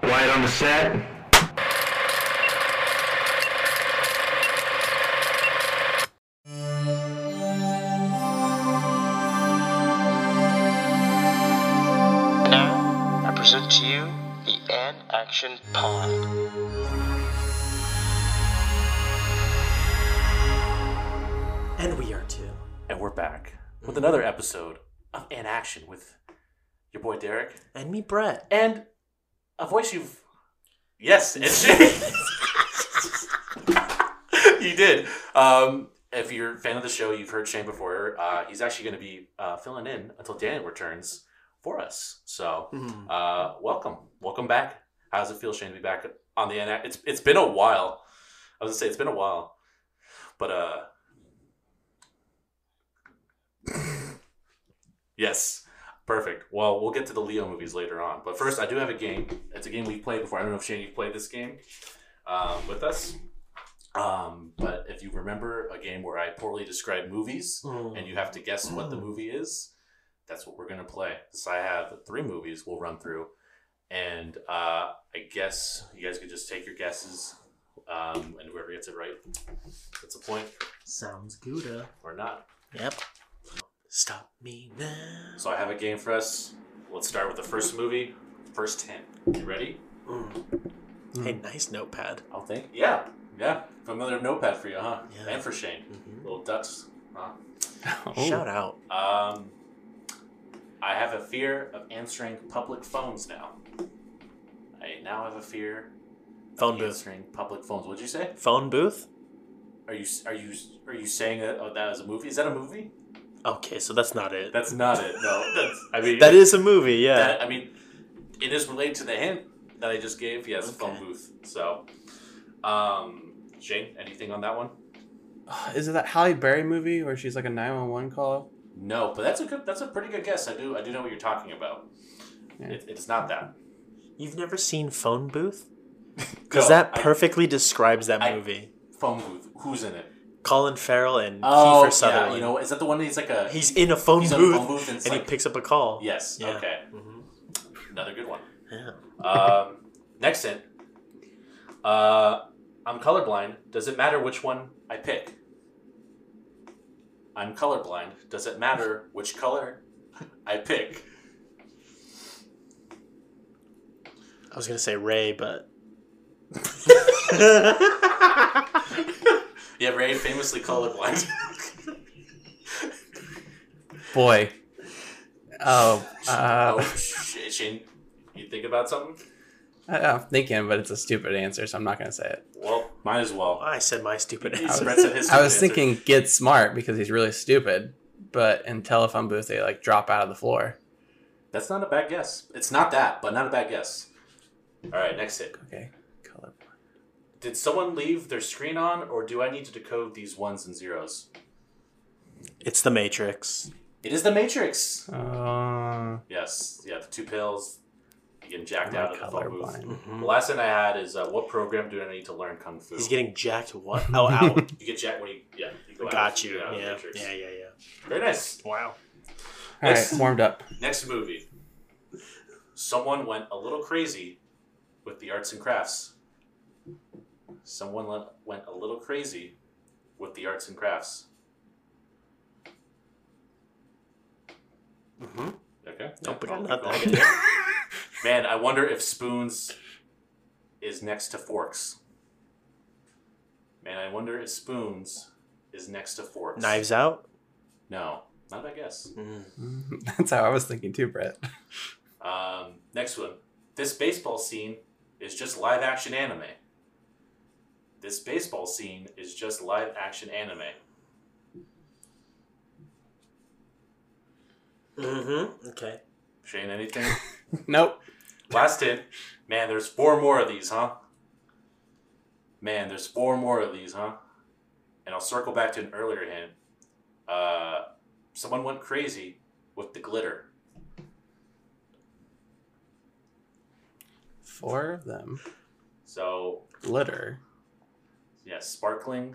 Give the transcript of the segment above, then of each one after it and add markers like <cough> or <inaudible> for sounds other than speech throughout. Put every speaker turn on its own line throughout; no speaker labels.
Quiet on the set.
Now, I present to you the An Action Pod.
And we are too.
And we're back with another episode of In Action with your boy Derek
And me, Brett.
and a voice you've. <laughs>
Yes,
it's- you did. Um, if you're a fan of the show, you've heard Shane before. Uh, he's actually going to be uh, filling in until Daniel returns for us. So, uh, welcome, welcome back. How does it feel, Shane, to be back on the In? It's it's been a while. I was gonna say it's been a while, but uh, <laughs> yes. Perfect. Well, we'll get to the Leo movies later on. But first, I do have a game. It's a game we've played before. I don't know if Shane, you've played this game um, with us. Um, but if you remember a game where I poorly describe movies
Mm.
and you have to guess what the movie is, that's what we're going to play. So I have three movies we'll run through. And uh, I guess you guys could just take your guesses. Um, and whoever gets it right gets a point
Sounds good.
or not.
Yep. Stop me now.
So I have a game for us. Let's start with the first movie, first hint. You ready?
Hey,
Mm.
nice notepad.
I'll think. Yeah, yeah. Familiar notepad for you, huh?
Yeah.
And for Shane, little ducks. Huh?
Shout out.
Um, I have a fear of answering public phones now. I now have a fear
Phone
of
booth.
answering public phones. What'd you say?
Phone booth?
Are you are you are you saying that oh, that is a movie? Is that a movie?
Okay, so that's not it.
That's not it.
<laughs>
No, that's I mean
That is a movie, yeah.
<laughs>
that- I mean, it is related to the hint that I just gave. Yes,
Okay.
phone booth. So, um, Shane, anything on that one?
<sighs> Is it that Halle Berry movie where she's like a 911 call?
No, but that's a good. That's a pretty good guess. I do. I do know what you're talking about.
Yeah.
It, it's not that.
You've never seen Phone Booth? Because
No,
that
I-
perfectly describes that
I-
movie.
phone booth. Who's in it?
Colin Farrell and Kiefer Sutherland.
Oh, you know, is that the one that's like a?
he's in a phone
He's in a
booth,
phone booth and
and,
it's
he
like-
picks up a call.
yes.
Yeah.
Okay.
Mm-hmm.
Another good one.
Yeah.
Um, next hint. Uh, I'm colorblind. Does it matter which one I pick? I'm colorblind. Does it matter which color I pick?
I was going to say Ray, but.
Yeah, Ray famously colorblind.
Boy. Oh, uh,
<laughs> oh, sh- Shane, you think about something?
I- I'm thinking, but it's a stupid answer, so I'm not gonna say it.
Well, might as well.
I said my stupid
He
answer.
spreads it his
<laughs> I was
answer.
thinking Get Smart because he's really stupid, but in Telephone Booth they like drop out of the floor.
That's not a bad guess. It's not that, but not a bad guess. All right, next hit.
Okay, color.
Did someone leave their screen on, or do I need to decode these ones and zeros?
It's The Matrix.
It is the Matrix.
Uh,
Yes, yeah, the two pills. You getting jacked
Am I
out of the phone booth.
colorblind?
The last thing I had is uh, what program do I need to learn kung fu?
He's getting jacked
<laughs>
what? Oh, out.
you get jacked when you yeah. You go
Got
out,
you.
get out of the
Yeah.
Matrix.
yeah, yeah, yeah.
Very nice.
Wow.
all right,
Yes.
warmed up. <laughs>
Next movie. Someone went a little crazy with the arts and crafts. Someone le- went a little crazy with the arts and crafts. Okay.
Nope, we got
I'll
nothing. <laughs>
keep going. Man, I wonder if spoons is next to forks. Man, I wonder if spoons is next to forks.
Knives Out.
No, not that guess.
That's how I was thinking too, Brett. <laughs>
Um, next one. This baseball scene is just live action anime. This baseball scene is just live action anime.
Mm-hmm. Okay.
Shane, anything?
Nope.
Last hit. Man, there's four more of these, huh? Man, there's four more of these, huh? And I'll circle back to an earlier hint. Uh, someone went crazy with the glitter.
Four of them.
So
Glitter.
Yeah, sparkling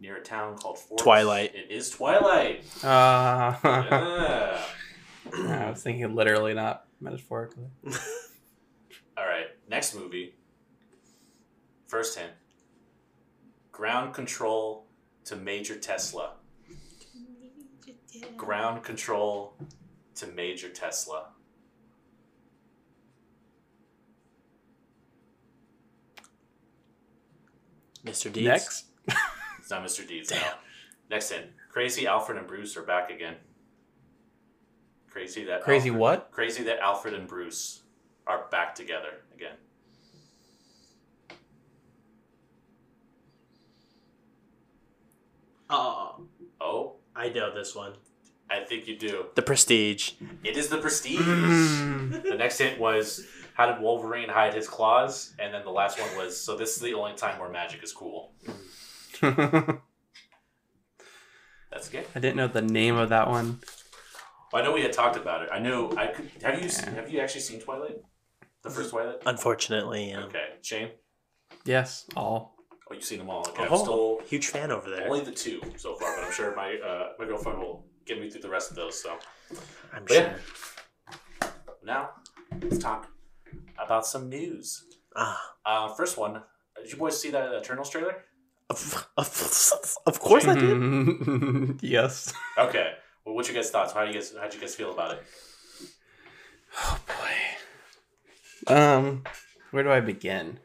near a town called Forks.
Twilight.
It is Twilight.
Uh, <laughs>
Yeah.
I was thinking literally, not metaphorically.
All Next movie, first hint ground control to Major Tesla. Ground control to Major Tesla.
Mr. Deeds.
Next.
It's not Mr. Deeds.
Damn.
No. Next hint Crazy Alfred and Bruce are back again. Crazy that
Crazy
Alfred-
what?
Crazy that Alfred and Bruce are back together again.
Oh,
Oh,
I know this one.
I think you do.
The Prestige.
It is the Prestige.
Mm.
Mm.
The next hint was how did Wolverine hide his claws? And then the last one was so this is the only time where magic is cool.
<laughs> I
That's good.
didn't know the name of that one.
Well, I know we had talked about it. I know. I could, have you seen, have you actually seen Twilight? The first Twilight.
Unfortunately, yeah.
Okay, Shane.
Yes, all.
Oh, you've seen them all. Okay, I'm
Oh.
still
Huge fan over there.
only the two so far, but I'm sure my uh, my girlfriend will get me through the rest of those. So
I'm
But
sure.
yeah. now let's talk about some news.
Ah.
Uh, first one. Did you boys see that Eternals trailer?
Of, of, of course I
Mm-hmm.
did.
<laughs> yes.
Okay. Well, what's your guys' thoughts? How do you guys how would you guys feel about it?
Oh boy. Um, where do I begin?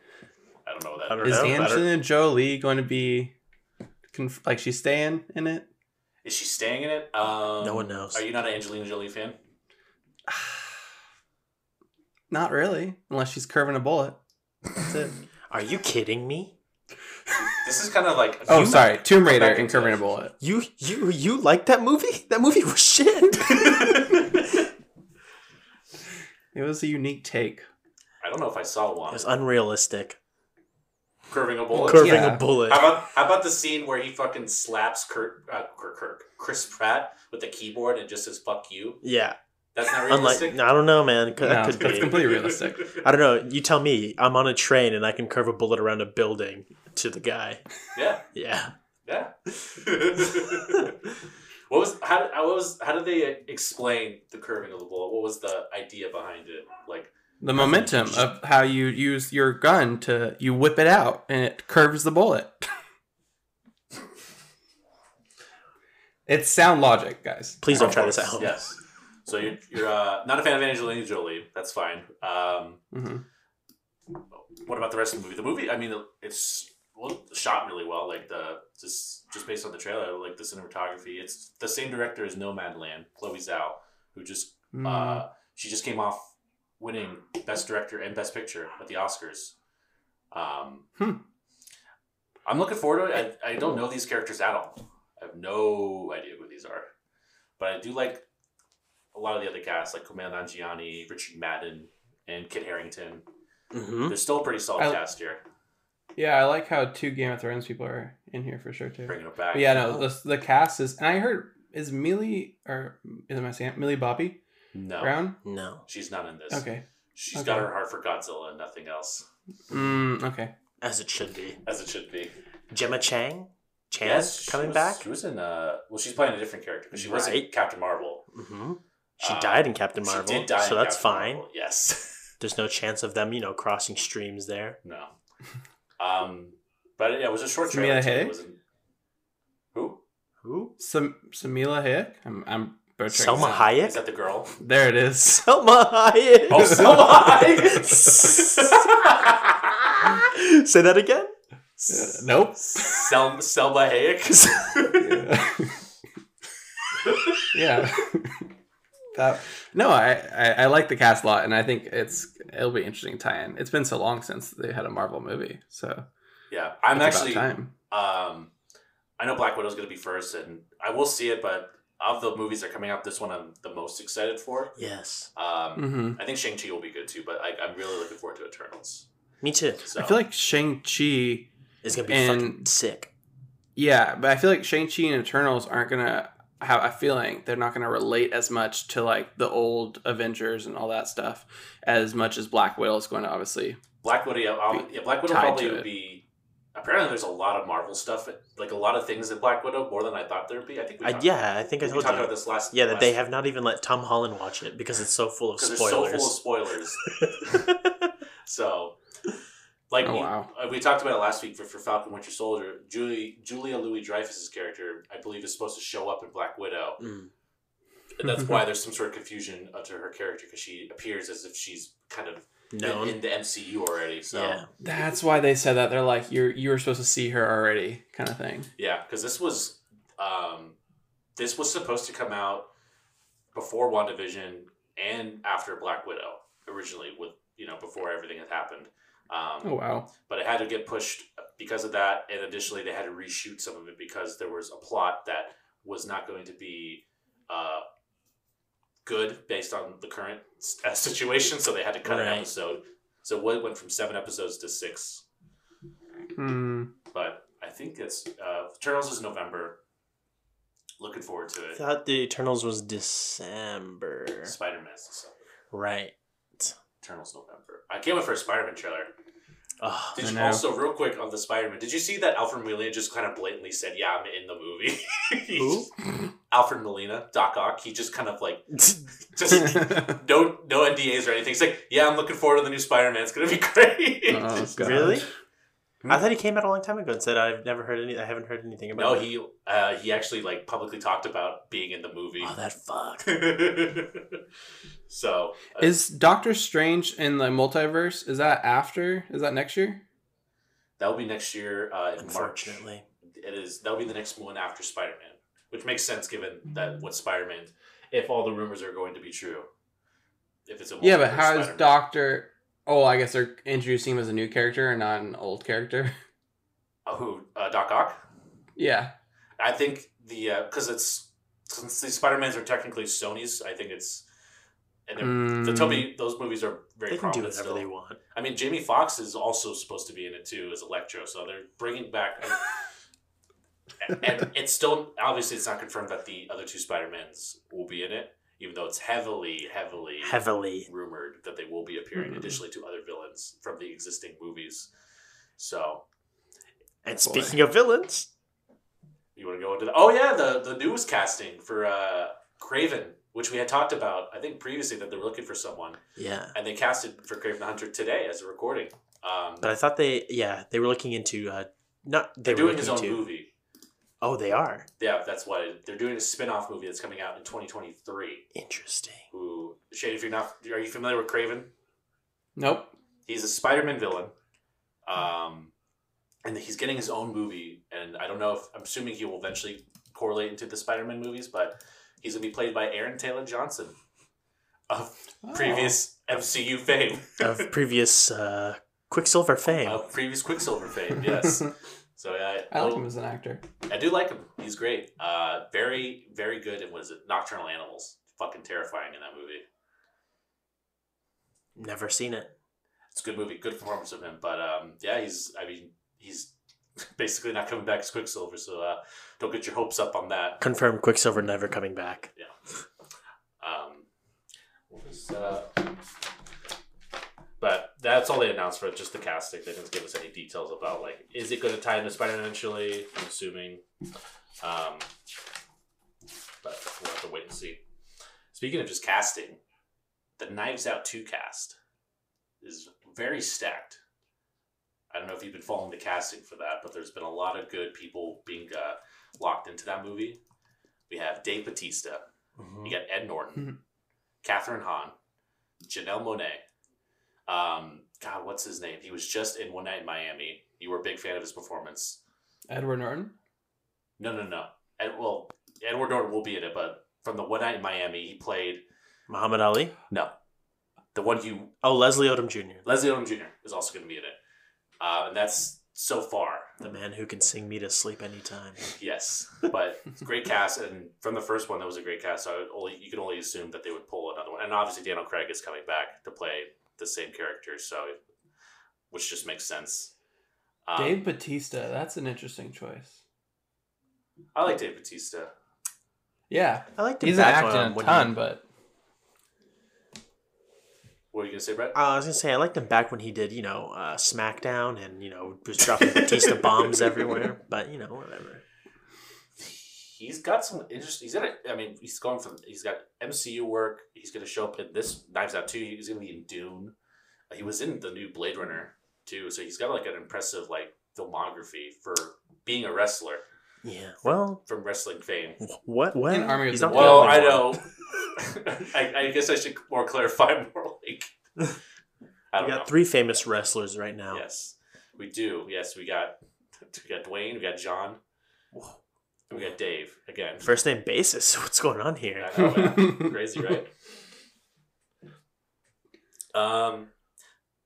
I don't know what
I
that
don't
Is
know, better.
Angelina Jolie going to be, conf- like, she's staying in it?
Is she staying in it? Um,
No one knows.
Are you not an Angelina Jolie fan?
Not really, unless she's curving a bullet. That's it.
Are you kidding me?
This is kind of like
Oh,
You-
sorry, Tomb Raider
back
and
into
curving a
this.
bullet.
You you you like that movie? That movie was shit. it
It was a unique take.
I don't know if I saw one.
was unrealistic.
Curving a bullet.
Curving
Yeah.
a bullet.
Oh, How about how about the scene where he fucking slaps Kirk, uh, Kirk, Kirk Chris Pratt with the keyboard and just says "fuck you"?
Yeah.
That's not
Unlike
realistic.
I don't know, man.
No,
That could
that's
be.
completely realistic.
I don't know. You tell me. I'm on a train and I can curve a bullet around a building to the guy.
<laughs> yeah,
Yeah.
yeah. <laughs> what was how did- what was how did they explain the curving of the bullet? What was the idea behind it? Like
The momentum of how you use your gun to you whip it out and it curves the bullet. it's sound logic, guys.
Please don't try this
Of
at
course,
home.
Yes. So you're, you're uh, not a fan of Angelina Jolie. That's fine. Um,
hmm
what about the rest of the movie? The movie, I mean, it's well, shot really well. Like the just just based on the trailer, like the cinematography. It's the same director as Nomadland, Chloe Zhao, who just
Hmm.
uh, she just came off winning Best Director and Best Picture at the Oscars. Um,
Hmm.
I'm looking forward to it. I, I don't know these characters at all. I have no idea who these are, but I do like a lot of the other cast, like Kumail Nanjiani, Richard Madden, and Kit Harrington.
Mm-hmm.
There's still a pretty solid
Hmm? I-
cast here.
yeah, I like how two Game of Thrones people are in here for sure too.
Bringing it back.
But yeah, no, the, the cast is, and I heard is Millie or is it my Sam Millie Bobby
No,
Brown?
No.
she's not in this.
Okay,
She's got
Okay.
her heart for Godzilla and nothing else,
mm, okay.
As it should be.
as it should be.
Gemma Chang? Chan
she
coming
was-
back?
She was in. Uh, well, she's playing a different character because she was in
Right.
Captain Marvel.
hmm She
Uh,
died in Captain Marvel.
she did die.
so
in
that's
Captain
fine.
Marvel, Yes. <laughs>
There's no chance of them, you know, crossing streams there.
no. Um, but yeah, it was a short trailer.
Samira
too.
Hayek?
It wasn't- Who?
Who?
Sam Samila Hayek. I'm I'm butchering.
Selma
that.
Is
Hayek?
that
<laughs>
the girl?
There it
<laughs>
is.
Selma Hayek!
Oh, <laughs> Selma Hayek.
<laughs> Say that again?
Uh, <laughs> nope.
Sel- Selma Hayek.
yeah. <laughs> That- no, I, I I like the cast a lot, and I think it's it'll be interesting tie-in. It's been so long since they had a Marvel movie, so
<laughs> yeah, I'm
it's
actually.
about time.
Um, I know Black Widow's going to be first, and I will see it. But of the movies that are coming out, this one I'm the most excited for.
Yes.
Um,
hmm
I think Shang Chi will be good too, but I, I'm really looking forward to Eternals.
Me too.
So
I feel like Shang Chi.
It's gonna be
And-
fucking sick.
Yeah, but I feel like Shang Chi and Eternals aren't gonna have a feeling they're not gonna relate as much to like the old Avengers and all that stuff as much as Black Widow is going to obviously.
Black Widow, yeah, um, yeah Black Widow
tied
probably
to
would
it.
be. Apparently, there's a lot of Marvel stuff, like a lot of things in Black Widow, more than I thought there'd be. I think we
I,
talked-
yeah, I think I
we
told
talked about
you.
this last.
Yeah, that they
last-
have not even let Tom Holland watch it because it's so full of
'cause they're so
spoilers. <laughs>
<laughs> full of spoilers. so Like
Oh,
we,
wow.
uh, we talked about it last week for, for Falcon Winter Soldier. Julie Julia Louis Dreyfus's character, I believe, is supposed to show up in Black Widow. And that's
<laughs>
why there's some sort of confusion uh, to her character because she appears as if she's kind of
No.
in, in the MCU already. So
Yeah.
yeah,
That's why they said that. They're like, you're you were supposed to see her already, kind of thing.
because this was um, this was supposed to come out before WandaVision and after Black Widow originally, with you know before everything had happened. Um,
Oh wow.
but it had to get pushed because of that and additionally they had to reshoot some of it because there was a plot that was not going to be uh, good based on the current s- uh, situation so they had to cut an
Right.
episode so what went from seven episodes to six
<laughs> Hmm.
but i think it's uh, turtles is november looking forward to
I
it
thought the Eternals was December.
spider-man's December.
Right.
turtles november i can't wait for a spider-man trailer <laughs>
Ugh.
did
I
you
know.
also real quick on the spider-man did you see that alfred molina just kind of blatantly said yeah i'm in the movie <laughs> He
Who?
Alfred Molina, Doc Ock, he just kind of like just <laughs>
Oh,
no no NDAs or anything. He's like, yeah, I'm looking forward to the new Spider Man. It's gonna be <laughs> great.
Uh-huh.
Oh, God.
Really? I thought he came out a long time ago and said I've never heard any. I haven't heard anything about.
no,
it."
he uh, he actually like publicly talked about being in the movie.
Oh, that fuck.
<laughs> so uh,
Is Doctor Strange in the multiverse? Is that after? Is that next year?
that will be next year uh, in March.
Unfortunately,
It is that will be the next one after Spider Man, which makes sense given that what Spider Man, if all the rumors are going to be true, if it's a
Yeah, but
multiverse
how is
Spider-Man.
Doctor? Oh, I guess they're introducing him as a new character and not an old character. <laughs>
Uh, who uh, Doc Ock?
yeah.
I think the because it's since these Spider Mans are technically Sony's, I think it's and they're- the
Mm.
Toby those movies are very
they can do
prominent
whatever
still.
they want.
I mean, Jamie Foxx is also supposed to be in it too as Electro, so they're bringing back. And, and it's still obviously it's not confirmed that the other two Spider Mans will be in it, even though it's heavily, heavily,
Heavily.
rumored that they will be appearing
Mhm.
additionally to other villains from the existing movies. So
And
Boy.
speaking of villains,
You want to go into the? Oh yeah, the the news casting for uh, Craven, which we had talked about, I think previously that they were looking for someone,
yeah.
and they casted for Craven the Hunter today as a recording. Um,
But I thought they, yeah, they were looking into uh, not they
they're
were looking
doing his own
into-
movie.
Oh, they are
Yeah, that's why they're doing a spin-off movie that's coming out in 2023.
interesting.
Who Shane? If you're not, are you familiar with Craven?
Nope.
He's a Spider-Man villain, um, and he's getting his own movie. And I don't know if I'm assuming he will eventually correlate into the Spider-Man movies, but he's gonna be played by Aaron Taylor Johnson of
Oh.
previous MCU fame,
Of previous uh, Quicksilver fame.
of previous Quicksilver fame.
Oh.
Yes. Oh. So yeah, I,
<laughs> I like him as an actor.
I do like him. He's great. Uh, very, very good. And what is it? Nocturnal Animals. Fucking terrifying in that movie.
Never seen it.
It's a good movie. Good performance of him. But um, yeah, he's. I mean, he's <laughs> basically not coming back as Quicksilver. So uh, don't get your hopes up on that.
Confirmed Quicksilver never coming back.
Um, what was, uh, but that's all they announced for just the casting. They didn't give us any details about like is it going to tie into Spider Man eventually. I'm assuming, um, but we'll have to wait and see. Speaking of just casting, the Knives Out two cast is very stacked. I don't know if you've been following the casting for that, but there's been a lot of good people being uh, locked into that movie. We have Dave Batista, you got Ed Norton, Catherine Hahn, Janelle Monet. Um, God, what's his name? He was just in One Night in Miami. You were a big fan of his performance.
Edward Norton.
No, no, no. Ed, well, Edward Norton will be in it, but from the One Night in Miami, he played
Muhammad Ali.
no, the one you
Oh, Leslie Odom Jr.
Leslie Odom Jr. is also going to be in it, uh, and that's so far.
The man who can sing me to sleep anytime.
Yes, but it's a great cast, and from the first one, that was a great cast. So I would only you can only assume that they would pull another one, and obviously Daniel Craig is coming back to play the same character, so which just makes sense. Um,
Dave Batista. That's an interesting choice.
I like Dave Batista.
Yeah.
I like
He's not acting a ton, but
What were you gonna say, Brett?
Uh, I was gonna say I liked him back when he did, you know, uh, SmackDown and you know was dropping
<laughs>
Batista bombs everywhere. But you know, whatever.
He's got some interesting. He's gonna. I mean, he's going from. He's got MCU work. He's gonna show up in this Knives Out two. He's gonna be in Dune. He was in the new Blade Runner too. So he's got like an impressive like filmography for being a wrestler
Yeah. Well,
from wrestling fame.
what? What?
And Army of
He's
the
not
Dead.
Well,
only
I
one.
know. <laughs> I, I guess I should more clarify <laughs> more like. I
We
don't
got
know.
three famous wrestlers right now.
Yes, we do. Yes, we got we got Dwayne, we got John, and we got Dave again.
First name basis. <laughs> What's going on here?
I know, man. Oh,
<laughs>
Crazy, right? Um,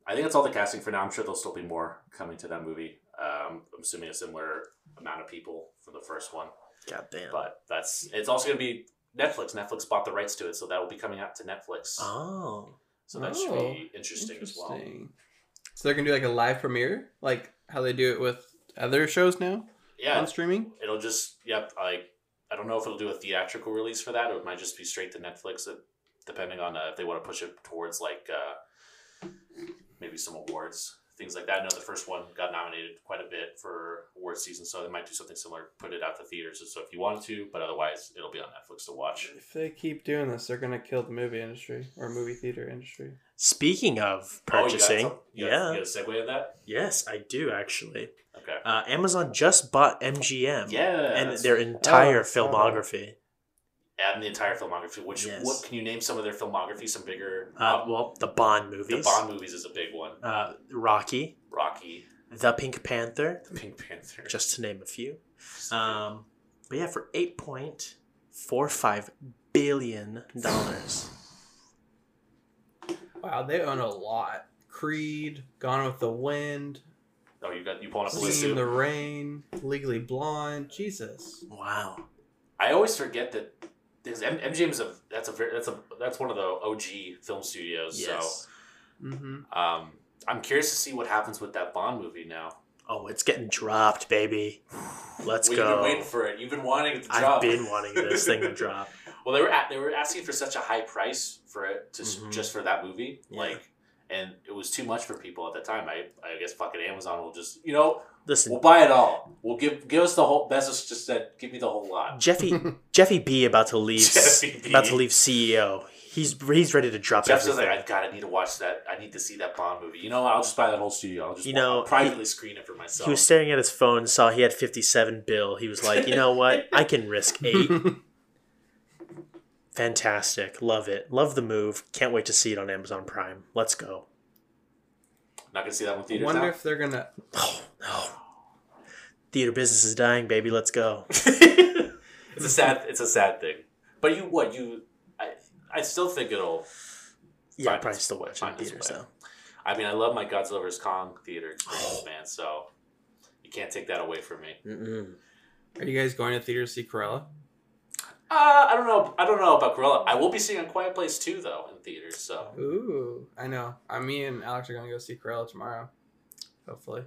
I think that's all the casting for now. I'm sure there'll still be more coming to that movie. Um, I'm assuming a similar amount of people from the first one,
God damn.
but that's it's also going to be Netflix. Netflix bought the rights to it, so that will be coming out to Netflix.
Oh.
so that should
Oh,
be interesting, as well.
Interesting. So they're gonna do like a live premiere, like how they do it with other shows now
Yeah,
on streaming.
it'll just yep. I I don't know if it'll do a theatrical release for that. It might just be straight to Netflix, uh, depending on uh, if they want to push it towards like uh, maybe some awards, things like that. I know the first one got nominated quite a bit for award season, so they might do something similar, put it out to theaters. So if you wanted to, but otherwise, it'll be on Netflix to watch. Oh,
If they keep doing this, they're gonna kill the movie industry or movie theater industry.
Speaking of
Oh, you got
purchasing,
some- you got,
yeah,
You got a segue of that?
yes, I do actually.
Okay.
Uh, Amazon just bought MGM
Yeah.
Um, and
that's-
their entire
Oh, sorry.
filmography.
and the entire filmography. Which
Yes.
what can you name some of their filmography? Some bigger.
Uh, well, the Bond
the
movies,
Bond movies is a big one.
Uh, Rocky,
Rocky,
The Pink Panther,
the Pink Panther. <laughs> Oh,
just to name a few. Um, but yeah, for eight point four five billion dollars.
Wow, they own a lot. Creed, Gone with the Wind,
Oh, you got you pulling up a list.
Singing in
too.
the Rain, Legally Blonde. Jesus.
Wow.
I always forget that because M- MGM is a that's a very that's a that's one of the OG film studios.
Yes.
Mm-hmm.
So um, I'm curious to see what happens with that Bond movie now.
Oh, it's getting dropped, baby. Let's
We've
go.
been waiting for it. You've been wanting it to drop.
I've been wanting this
<laughs>
thing to drop.
well, they were at, they were asking for such a high price for it to s
Mhm.
just for that movie,
Yeah.
like. And it was too much for people at the time. I, I guess fucking Amazon will just you know
Listen,
we'll buy it all. We'll give give us the whole. Bezos just said give me the whole lot. <laughs>
Jeffy Jeffy B about to leave
Jeffy B.
about to leave CEO. He's he's ready to drop
Jeff's just
everything.
like, I gotta need to watch that. I need to see that Bond movie. You know, what? I'll just buy that whole studio. I'll just
You
wa-
know,
I'll privately screen it for myself.
he was staring at his phone, saw he had fifty seven bill. He was like, you know what? I can risk
<laughs>
eight. Fantastic. Love it. Love the move. Can't wait to see it on Amazon Prime. Let's go.
Not gonna see that one in
I
theaters
wonder
now.
if they're gonna.
Oh, no. Theater business is dying, baby. Let's go.
<laughs> it's a sad. It's a sad thing. But you, what you, I, I still think it'll.
Yeah,
Find
probably
its
still
way,
watching
find its
theaters,
way.
though.
I mean, I love my Godzilla vs Kong theater experience,
Oh.
man. So you can't take that away from me.
Mm-mm.
Are you guys going to theater to see Corella?
Uh, I don't know. I don't know about Gorilla. I will be seeing A Quiet Place too, though, in theaters. So
Ooh, I know. I, me and Alex are gonna go see Corella tomorrow. Hopefully.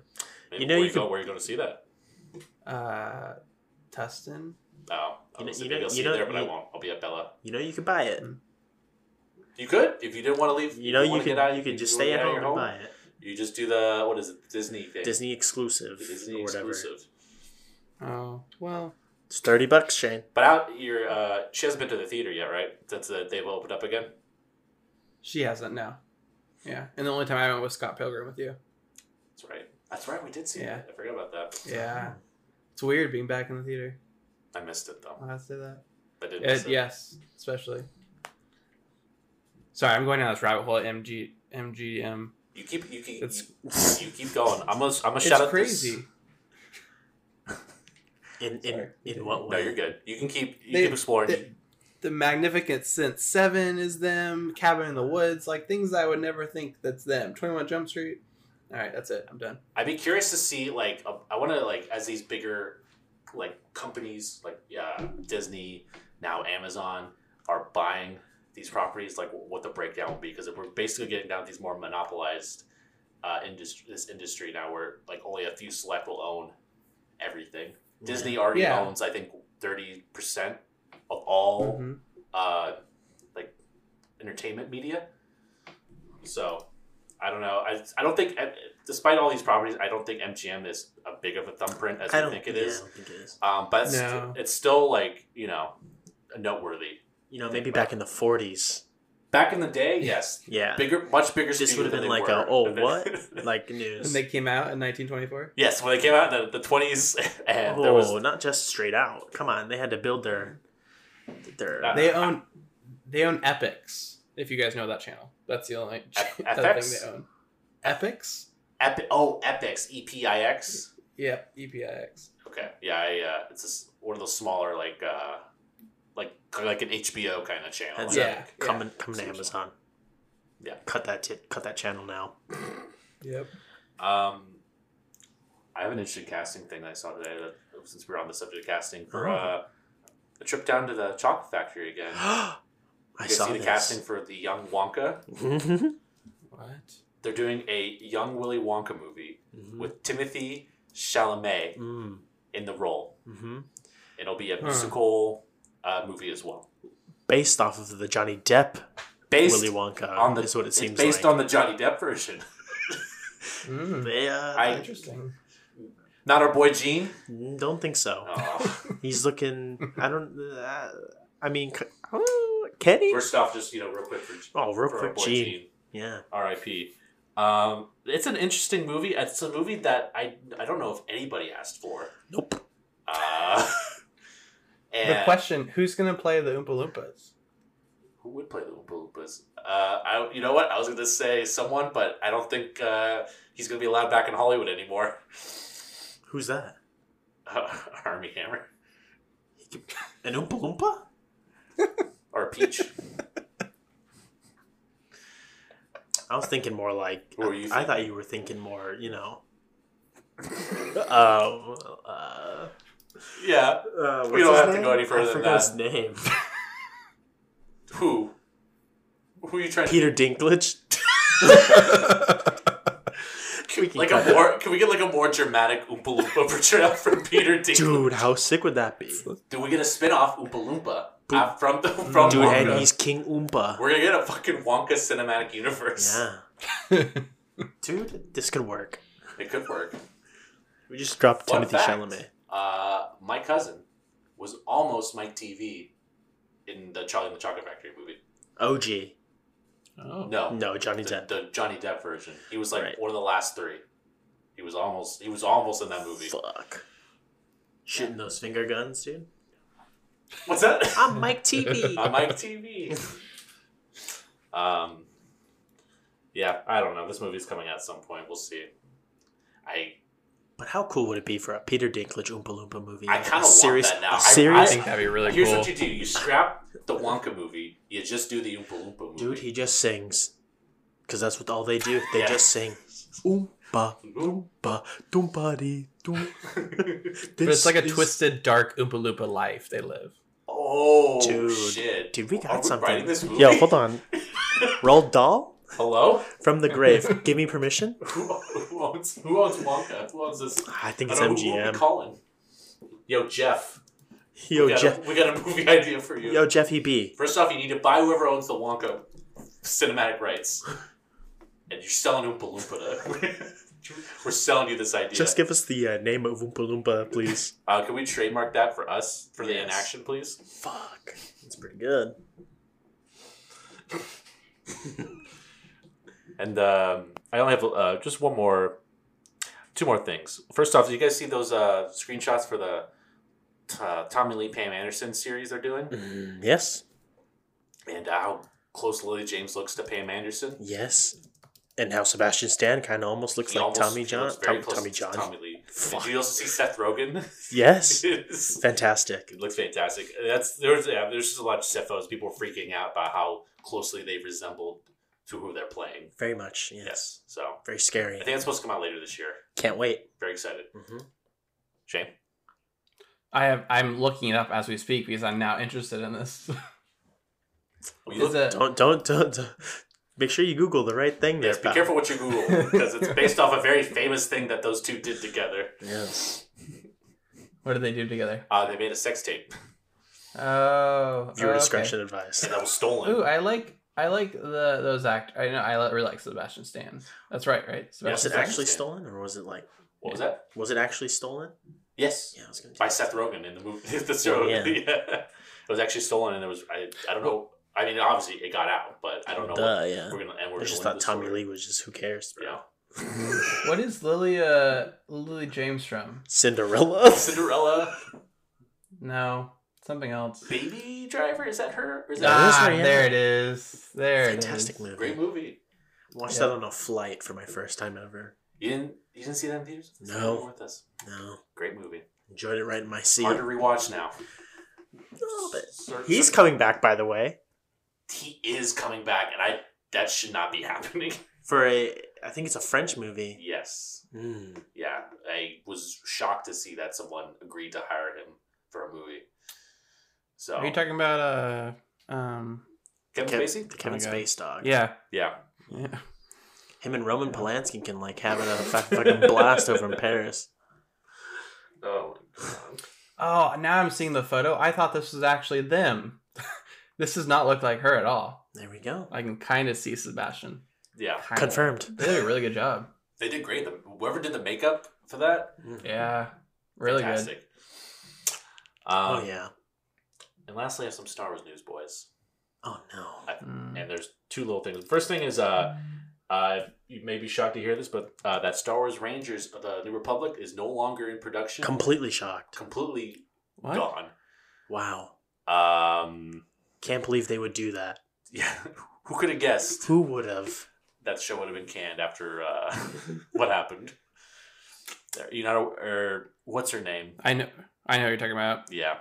maybe
You know
where
you
you go,
could-
where are you going to see that?
Uh, Tustin.
Oh,
You
you
know- you
know, maybe
know-
I'll see
you
you
know-
there, but I
you-
won't. I'll be at Bella.
You know you could buy it.
You could Mm-hmm. if you didn't want to leave.
You know you
wanna
could
get out,
you could just
wanna
stay
get
at
out of
home
your
and buy it.
You just do the what is it? Disney thing.
Disney exclusive
The Disney
or whatever.
exclusive.
Oh well.
It's thirty bucks, Shane.
But out your uh, she hasn't been to the theater yet, right? Since uh, they've opened up again.
She hasn't no. Yeah, and the only time I went was Scott Pilgrim with you.
That's right. That's right. We did see
Yeah.
it. I forgot about that.
Yeah, it's weird being back in the theater.
I missed it though.
I'll have to say that.
I did.
It,
Miss it.
yes, especially. Sorry, I'm going down this rabbit hole. At MG MGM.
You keep you keep
It's-
you, you keep going. I'm gonna I'm gonna
It's
shout out
crazy.
This.
In in
Sorry.
in what
No,
way?
you're good. You can keep you
They-
keep exploring.
they- the Magnificent Sense Seven is them. Cabin in the Woods, like things I would never think that's them. Twenty One Jump Street. All right, that's it. I'm done.
I'd be curious to see like a, I want to like as these bigger like companies like yeah Disney now Amazon are buying these properties like what the breakdown will be because we're basically getting down to these more monopolized uh, industry this industry now where like only a few select will own everything. Disney already
Yeah.
owns I think thirty percent of all
Mhm.
uh, like entertainment media. So I don't know. I, I don't think, despite all these properties, I don't think MGM is a big of a thumbprint as
I
we
don't
think it
yeah,
is.
I don't think it is.
Um, but it's,
No.
it's still like you know noteworthy.
You know, maybe back in the forties,
Back in the day, yes,
Yeah.
bigger, much bigger.
This
studio
would have been
than they
like a
were.
oh
And then- <laughs>
what like
And
news.
they came out in 1924.
yes, when they came out in the twenties, <laughs> and
oh,
there was
not just straight out. Come on, they had to build their their.
Uh,
They own they own Epics. If you guys know that channel, that's the <laughs> only
Ep-
that
FX?
thing they own. Epics.
Epi- oh Epix E P I X.
Yeah, EPIX.
Okay, yeah, I, uh, it's just one of those smaller like uh, like like an HBO kind of channel.
Heads
like-
Yeah.
up, come and come to
Seriously.
Amazon.
Yeah.
cut that t- cut that channel now.
Yep.
Um, I have an interesting casting thing that I saw today. That since we were on the subject of casting, for
Oh.
uh, a trip down to the chocolate factory again. You
<gasps> I
guys
saw
see the
this. <laughs>
casting for the young Wonka.
What?
They're doing a young Willy Wonka movie
Mhm.
with Timothy Chalamet
Mm.
in the role.
Mhm.
It'll be a
Huh.
musical uh, movie as well,
Based off of the Johnny Depp
based
Willy Wonka
on the.
is what it
it's
seems
based
like.
on the Johnny Depp version.
Mm,
They, uh,
I-
interesting.
Not our boy
<laughs>
Gene.
mm, don't think so.
Oh.
He's looking. I don't. Uh, I mean, c- oh, can he?
First off, just you know, real quick for,
Oh, real
for our
quick,
boy
Gene.
Gene.
Yeah.
R.I.P. Um, it's an interesting movie. It's a movie that I I don't know if anybody asked for.
Nope. <laughs>
Uh, and
The question: Who's gonna play the Oompa Loompas?
who would play the Oompa Loompas? Uh, I you know what I was gonna say someone, but I don't think uh, he's gonna be allowed back in Hollywood anymore. <laughs>
Who's that?
Uh, Army Hammer
An Oompa Loompa? <laughs>
or Peach?
I was thinking more like.
Who were you
I thought
thinking?
you were thinking more. You <laughs> know. Um. Uh,
yeah.
uh,
We
what's
don't
his
have to
name?
go any further
I
than
forgot
that.
his name.
Who? Who are you trying
Peter Dinklage. <laughs>
to like a more? Can we get like a more dramatic Oompa Loompa <laughs> portrayal from Peter Dinklage?
Dude, how sick would that be?
Do we get a spin-off Oompa Loompa uh, from the from
Dude,
Wonka?
and he's King Oompa.
We're gonna get a fucking Wonka cinematic universe.
Yeah. Dude, this could work.
It could work.
We just dropped
Fun
Timothy
fact.
Chalamet.
Uh, my cousin was almost Mike TV in the Charlie and the Chocolate Factory movie.
OG.
<laughs> oh.
No,
No, Johnny
the,
Depp.
the Johnny Depp version. He was like
Right.
one of the last three. He was almost he was almost in that movie.
Fuck. Shooting those finger guns, dude.
What's that? <laughs>
I'm Mike
<laughs>
TV.
on Mike TV. um, yeah, I don't know. This movie's coming out at some point. We'll see. I
but how cool would it be for a Peter Dinklage Oompa Loompa movie?
I
A
kinda want
serious-
that now.
a
I-
I
serious-
think that'd be really
Here's
cool.
what you do: you scrap the Wonka movie, you just do the Oompa Loompa movie.
Dude, he just sings. Because that's what all they do. They
Yeah.
just sing. Oompa, <laughs> Oompa, Doompa Dee Doom.
but it's like a twisted, dark Oompa Loompa life they live.
oh
Dude.
shit!
Dude, we got
Are we
something.
writing this movie?
Yo, hold
<laughs>
on. Roll doll
Hello? <laughs>
from the grave. Give me permission.
Who, who owns Who owns Wonka? Who owns this?
I think
I
it's
don't know who- who are we
MGM.
calling. Yo, Jeff.
Yo,
we got
Jeff.
A, we got a movie <laughs> idea for you.
Yo, Jeffy B.
First off, you need to buy whoever owns the Wonka cinematic rights, and you're selling Oompa Loompa.
<laughs>
To, <laughs> we're selling you this idea.
Just give us the uh, name of Oompa Loompa, please.
uh, can we trademark that for us for the
Yes.
inaction, please?
Fuck. That's pretty good.
And um, I only have uh, just one more, two more things. First off, did you guys see those uh, screenshots for the uh, Tommy Lee Pam Anderson series they're doing,
Mm, yes. Mm-hmm.
and how close Lily James looks to Pam Anderson?
Yes. And how Sebastian Stan kind of almost looks
He
like
almost-
Tommy
he
John.
looks very
Tom,
close
Tommy
to
John.
Tommy <laughs> Lee.
Fuck.
Did you also see
<laughs>
Seth Rogen? <laughs>
Yes.
It's-
Fantastic.
It looks fantastic. That's there's yeah, there's just a lot of stuff. those People were freaking out about how closely they resembled to who they're playing.
Very much. Yes.
Yes, so
Very
I
scary.
think it's supposed to come out later this year.
Can't wait.
Very excited.
Mhm.
Shane,
I have. I'm looking it up as we speak because I'm now interested in this. <laughs>
well, you look,
It's a,
Don't, don't, don't, don't. Make sure you Google the right thing there.
yes, be
pal.
careful what you Google because it's based off a very famous thing that those two did together.
Yes.
what do they do together?
Uh, they made a sex tape
Oh,
Viewer
oh, okay.
discretion advised.
and that was stolen.
Ooh, I like I like the those act. I know I li- really like Sebastian Stan. That's right, right?
Was
Sebastian
it
Yes, I
actually
understand.
stolen, or was it like
what was that?
was it actually stolen?
Yes,
Yeah, I was gonna.
by Seth Rogen in the movie. <laughs> the show.
Yeah.
Yeah. it was actually stolen, and it was I, I don't know. I mean, obviously it got out, but I don't know.
Duh,
what
yeah.
We're gonna and we're
I
gonna
just
link
thought
the
Tommy
story.
Lee was just who cares, bro.
Yeah.
What is Lily uh Lily James from?
Cinderella.
Cinderella
No, something else.
Baby Driver is that her? Or is that
Ah.
Ah,
Rosemary, yeah.
there it is. There
Fantastic
it is.
movie.
great movie?
Watched
Yeah.
that on a flight for my first time ever.
You didn't you didn't see that in theaters? It's
No.
not With us,
No,
great movie.
enjoyed it right in my seat.
Hard to rewatch now. Cer-
He's
cer-
coming back, by the way,
He is coming back, and I that should not be <laughs> happening.
for a. I think it's a French movie.
yes.
Mm.
Yeah, I was shocked to see that someone agreed to hire him for a movie. So
Are you talking about uh um
Kevin
Kev-
Spacey?
the Kevin
Okay.
Space Dog.
yeah
Yeah,
yeah
him and Roman Polanski can like have a fuck- fucking blast over in Paris.
Oh my god.
Oh, now I'm seeing the photo. I thought this was actually
<laughs>
them. this does not look like her at all.
There we go.
I can kind of see Sebastian.
Yeah.
Kinda.
Confirmed.
They did a really good job.
They did great. The, whoever did the makeup for that,
Hmm.
Yeah, really
fantastic. Um,
Oh yeah.
And lastly, I have some Star Wars news, boys.
Oh no.
good.
Mm-hmm.
Mm.
And there's two little things. First thing is, uh, uh, you may be shocked to hear this, but uh, that Star Wars Rangers, of the New Republic, is no longer in production.
Completely shocked.
completely
What?
Wow.
gone. Um, <laughs>
Can't believe they would do that.
yeah. Who could have guessed
Who would have?
that show would have been canned after uh, <laughs> what happened? There, you know, or what's her name?
I know I know what you're talking about
Yeah.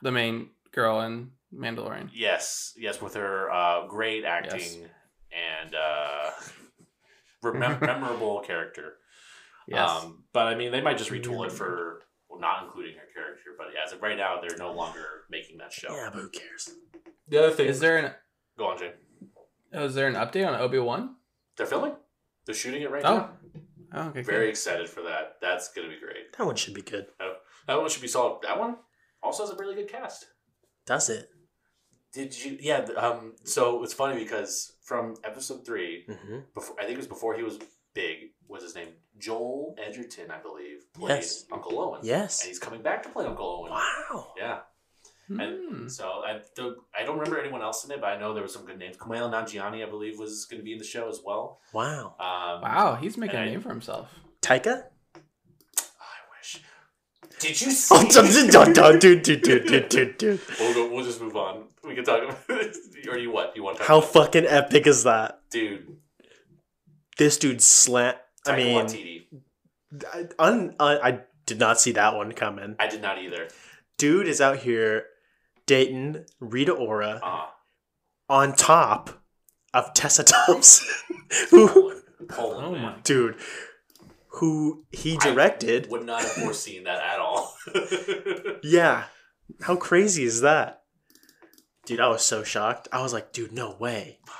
the main girl in Mandalorian
Yes, yes, with her uh, great acting and uh, remem- memorable character.
Yes.
Um, but I mean, they might just retool it for well, not including her character. But as of right now, they're no longer making that show.
Yeah, but who cares?
The other thing
is there an
Go on, Jane.
oh, is there an update on Obi Wan?
They're filming. They're shooting it right
Oh,
now.
oh okay
Very
Very.
excited for that. That's gonna be great.
That one should be good.
That one should be solid. That one also has a really good cast.
Does it?
Did you? Yeah. th- Um. So it's funny because from episode three,
Mm-hmm.
before I think it was before he was big. Was his name Joel Edgerton? I believe played
Yes.
Uncle Owen. and
Yes.
he's coming back to play Uncle Owen.
Wow.
Yeah.
Hmm.
So I don't, I don't remember anyone else in it, but I know there were some good names. Kumail Nanjiani, I believe, was going to be in the show as well.
Wow.
Um,
Wow, he's making a
And I-
name for himself.
Taika? <laughs>
I wish. Did you see?
Oh, <laughs> dun, dun, dun, dun, dun, dun, dun, dun, dun, dun.
we'll, go, we'll just move on. We can talk about <laughs> or you what you want to talk
How
about?
fucking epic is that?
dude?
This dude slant. I
Taika
mean,
Waititi.
I, un, un, I did not see that one coming.
I did not either.
Dude is out here dating Rita Ora
Uh,
on top of Tessa <laughs> Thompson, who,
Poland, Poland,
Oh
man.
my.
dude, who he directed.
Would not have foreseen that at all. <laughs>
Yeah. How crazy is that? Dude, I was so shocked. I was like, dude, no way.
Fuck.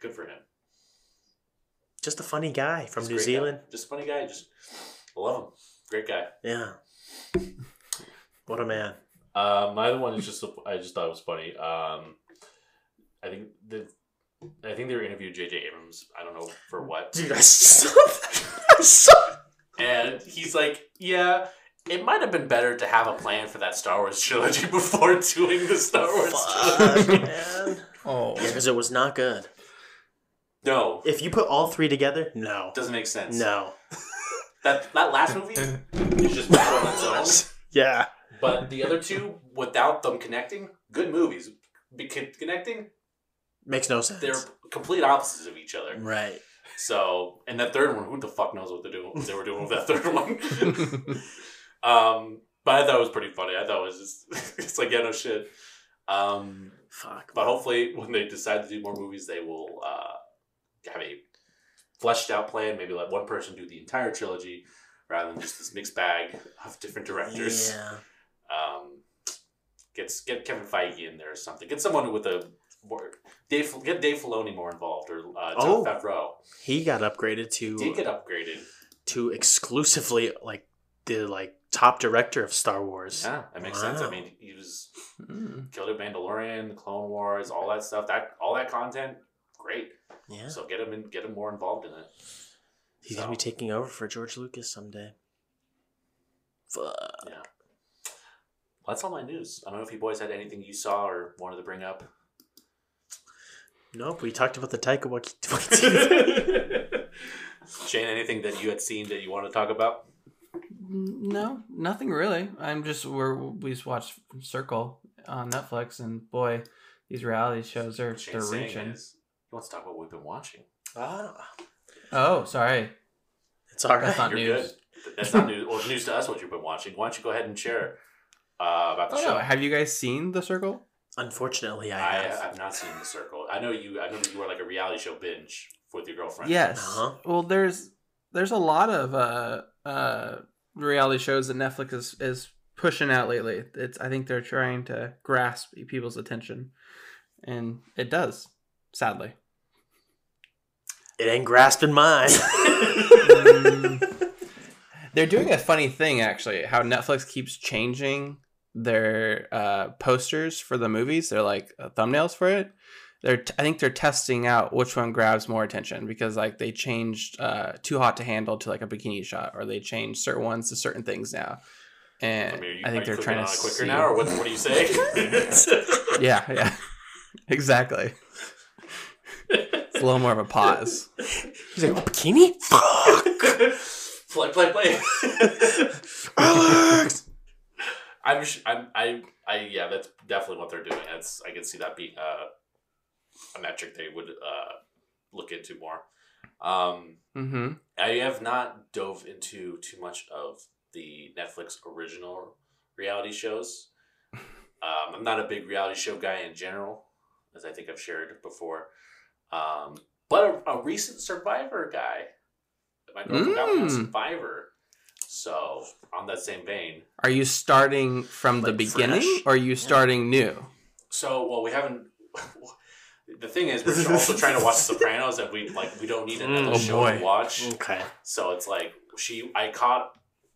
Good for him.
Just a funny guy from
He's a
New
great guy.
Zealand.
Just a funny guy. Just I love him. Great guy.
Yeah. What a man.
Um, my other one is just I just thought it was funny. Um, I think the I think they were interviewed J.J. Abrams. I don't know for what,
Dude, I <laughs> saw that. I saw-
and he's like, "Yeah, it might have been better to have a plan for that Star Wars trilogy <laughs> before doing the Star Wars
Fuck, <laughs>
trilogy."
man.
Oh,
Because it was not good.
No, it
If you put all three together, no.
doesn't make sense.
No.
that that last movie is just bad on its
<laughs>
own.
Yeah.
But the other two, without them connecting, good movies. Be- connecting,
Makes no sense.
they're complete opposites of each other.
Right.
So, and that third one, who the fuck knows what they doing? They were doing with that third one. um, but I thought it was pretty funny. I thought it was just, <laughs> it's like yeah, no shit. Um,
Fuck.
but hopefully, when they decide to do more movies, they will uh, have a fleshed out plan. Maybe let one person do the entire trilogy rather than just this mixed bag of different directors.
Yeah.
Um, get get Kevin Feige in there or something. Get someone with a more, Dave get Dave Filoni more involved or uh, John
Oh.
Favreau.
He got upgraded to
Did get upgraded.
to exclusively like the like top director of Star Wars.
Yeah, that makes sense. I
Wow.
mean, he was
Hmm.
killed at Mandalorian, the Clone Wars, all that stuff. That all that content, great.
Yeah.
So get him in, get him more involved in it.
He's gonna be
So.
taking over for George Lucas someday. Fuck.
Well, that's all my news. I don't know if you boys had anything you saw or wanted to bring up.
Nope, we talked about the Taika Wait- Waititi.
<laughs>
<laughs>
Shane, anything that you had seen that you want to talk about?
No, nothing really. I'm just we're we just watched Circle on Netflix, and boy, these reality shows are they're
Shane's saying
reaching.
is he wants to talk about what we've been watching.
Ah,
Oh, sorry.
it's all
<laughs>
That's
right.
not
You're
news.
good. That's
<laughs>
not news. Well, it's news to us what you've been watching. Why don't you go ahead and share uh, about the
Oh,
show?
no. Have you guys seen The Circle?
Unfortunately, I
I uh,
have.
have not seen The Circle. I know you. I know that you were like a reality show binge with your girlfriend.
Yes.
Uh-huh.
Well, there's there's a lot of uh, uh, reality shows that Netflix is, is pushing out lately. It's I think they're trying to grasp people's attention, and it does. Sadly,
It ain't grasping
<laughs>
mine. <laughs> Mm.
<laughs> they're doing a funny thing actually. How Netflix keeps changing their uh, posters for the movies. They're like uh, thumbnails for it. They're t- I think they're testing out which one grabs more attention because like they changed uh, "Too Hot to Handle" to like a bikini shot, or they changed certain ones to certain things now. And
I,
I,
mean, are you, are
think
you
they're trying to
clicking on it quicker
see-
now, or what? What do you
<laughs>
say?
yeah, yeah, <laughs> exactly.
<laughs>
it's a little more of a pause.
He's like, "Oh, bikini? Fuck.
<laughs> play, play,
<laughs>
play. I'm, sh- I'm, I, I, yeah, that's definitely what they're doing. That's I can see that being a, a metric they would uh, look into more. Um,
Mm-hmm.
I have not dove into too much of the Netflix original reality shows. Um, I'm not a big reality show guy in general, as I think I've shared before. Um, but a, a recent Survivor guy, my girlfriend got me on
Mm.
Survivor. So on that same vein,
Are you starting from the
Like
beginning,
fresh?
or are you starting new?
so well we haven't. <laughs> The thing is, we're also trying to watch Sopranos, and we like we don't need another
Oh,
show
boy.
to watch.
<laughs> Okay.
So it's like she, I caught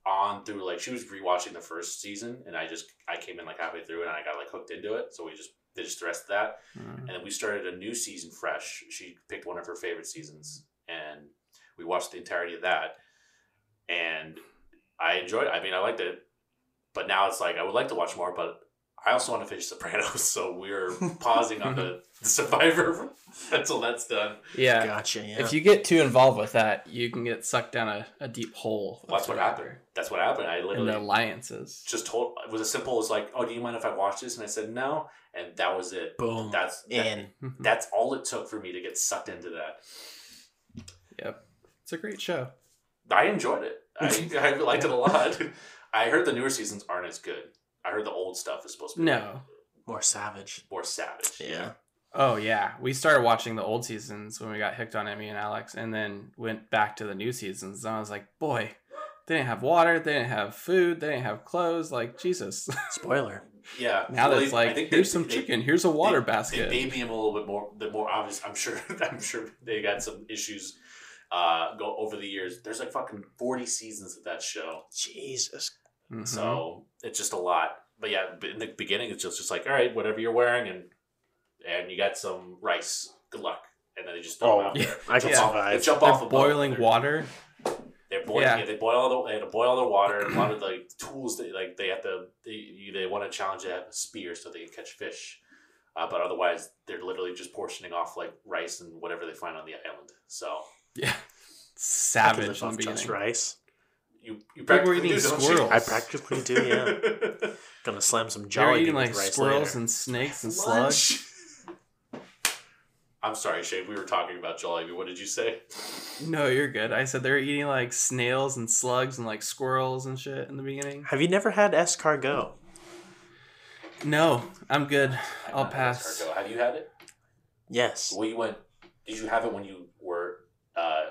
on through like she was rewatching the first season, and I just I came in like halfway through, and I got like hooked into it. So we just did just the rest of that, and then we started a new season fresh. She picked one of her favorite seasons, and we watched the entirety of that, and I enjoyed. it. I mean, I liked it, but now it's like I would like to watch more, but. I also want to finish Sopranos, <laughs> so we're pausing on the <laughs> Survivor until that's done.
Yeah.
Gotcha. Yeah.
If you get too involved with that, you can get sucked down a, a deep hole. of
Well, that's what
Survivor
happened. That's what happened. I
And
literally
the alliances.
just told it was as simple as like, "Oh, do you mind if I watch this?" And I said, "No," and that was it.
Boom.
That's that,
in.
Mm-hmm. Hmm.
that's all it took for me to get sucked into that.
yep. It's a great show.
I enjoyed it. I, I liked it a
<laughs>
lot. I heard the newer seasons aren't as good. I heard the old stuff is supposed to be
No.
More savage.
more savage.
Yeah.
Oh yeah, we started watching the old seasons when we got hooked on Emmy and Alex, and then went back to the new seasons. And I was like, boy, they didn't have water, they didn't have food, they didn't have clothes. Like Jesus. <laughs>
Spoiler.
yeah.
now
Well,
that's
they- I
like,
think
here's
they-
some
they-
chicken, here's a water
they-
basket.
They baby him a little bit more. The more obvious, I'm sure. <laughs> I'm sure they got some issues. Uh, go over the years. There's like fucking forty seasons of that show.
Jesus.
Mhm.
So it's just a lot. But yeah, b- in the beginning, it's just, just like, all right, whatever you're wearing, and and you got some rice. Good luck. And then they just throw
Oh,
them out
yeah.
there.
I can
Jump off, they
survive.
jump
They're
off uh, a boat.
boiling
They're-
water.
They're boiling.
Yeah.
Yeah. they boil all the. They had to boil all the water. A lot of the tools that like they have to. They, you- they want to challenge to have a spear so they can catch fish. Uh, but otherwise, they're literally just portioning off like rice and whatever they find on the island. So
I
Yeah.
could live
Savage in the
off just
beginning.
rice.
you you
People were
practically
eating
do, don't you?
squirrels.
I practically do. Yeah. <laughs>
<laughs>
Gonna slam some
You're
jolly beans
eating like
with rice
squirrels
later.
and snakes and slugs.
I'm sorry, Shane. We were talking about Jollibee. What did you say?
No, you're good. I said they're eating like snails and slugs and like squirrels and shit in the beginning.
Have you never had escargot?
No, I'm good.
I'm
I'll
not
pass.
Escargot. Have you had it?
Yes.
Well, you went. Did you have it when you were uh,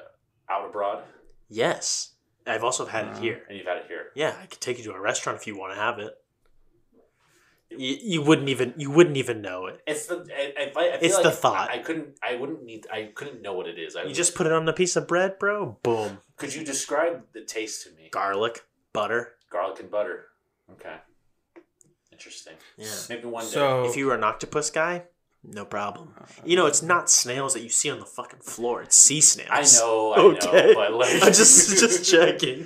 out abroad?
Yes. I've also had it
Wow.
here.
And you've had it here.
Yeah, I could take you to a restaurant if you want to have it. You, you wouldn't even you wouldn't even know it.
It's the. I, I, I feel
It's
like
the thought.
I, I couldn't. I wouldn't need. I couldn't know what it is. I
You
would-
just put it on a piece of bread, bro. Boom.
Could you describe the taste to me?
Garlic, butter.
Garlic and butter. Okay. Interesting.
Yeah.
Maybe one day.
So
If you were an octopus guy, no problem. You know, it's not snails that you see on the fucking floor. It's sea snails.
I know. I
Okay. <laughs>
<laughs> know. But like,
I'm just just checking.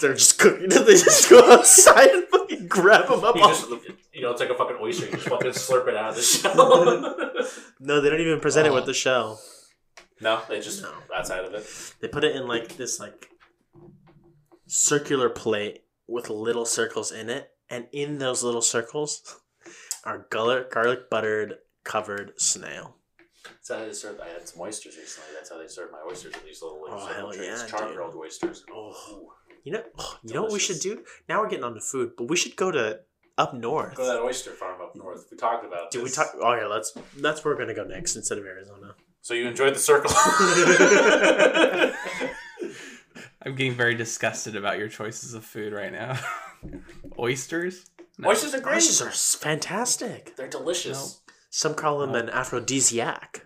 they're just cooking. <laughs> They just go outside and fucking grab them up.
You
Off
just,
the,
you know, it's like a fucking oyster. You just fucking slurp it out
<laughs>
of the shell. <laughs>
no, they don't even present
Oh.
it with the shell.
no, they just
No.
outside of it.
They put it in like this like circular plate with little circles in it, and in those little circles are garlic, garlic buttered covered snail.
That's how they served. I had some oysters recently. That's how they served my oysters with these little like,
Oh, hell yeah,
char
dude.
grilled oysters.
Oh.
Ooh.
You know, <sighs> you know what we should
Delicious.
do? Now we're getting on the food, but we should go to up north.
Go to that oyster farm up north. We talked about.
Do we
this.
talk? Oh yeah, let's. That's where we're gonna go next instead of Arizona.
So you enjoyed the <laughs> circle.
I'm getting very disgusted about your choices of food right now. <laughs> Oysters? No.
Oysters are great.
Oysters are s- fantastic.
They're delicious.
Some call
Oh.
them an aphrodisiac.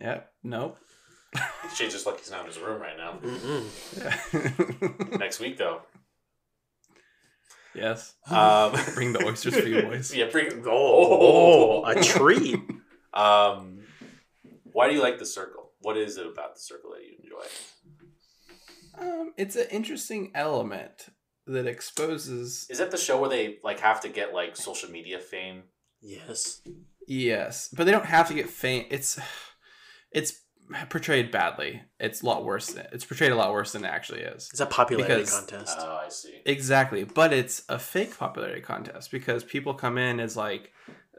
Yep. Nope. <laughs>
Shane's just lucky he's not in his room right <laughs> now.
Mm-mm.
Next week though.
yes.
Um,
<laughs> Bring the oysters for
<laughs>
you, boys.
yeah, bring.
Oh,
Oh,
a treat.
<laughs> Um, why do you like the circle? What is it about the circle that you enjoy?
Um, it's an interesting element that exposes
Is that the show where they like have to get like social media fame?
yes.
Yes, but they don't have to get faint. It's it's portrayed badly. It's a lot worse. Than, it's portrayed a lot worse than it actually is.
It's a popularity
Because,
contest.
Oh, I see.
Exactly, but it's a fake popularity contest because people come in as like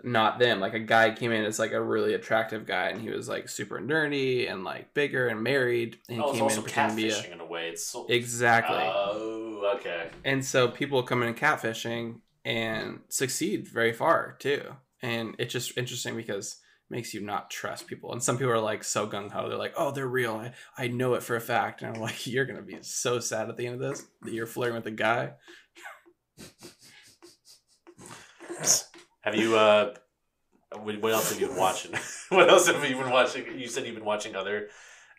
not them. Like a guy came in as like a really attractive guy, and he was like super nerdy and like bigger and married, and he
oh, it's
came
also
in pretending to be a
catfishing in a way. It's so,
exactly.
Oh, okay.
and so people come in catfishing and succeed very far too and it's just interesting because it makes you not trust people and some people are like so gung-ho they're like oh they're real I, I know it for a fact and i'm like <laughs> you're gonna be so sad at the end of this that you're flirting with a guy
Have you? uh What what else have you been watching? <laughs> what else have you been watching? You said you've been watching other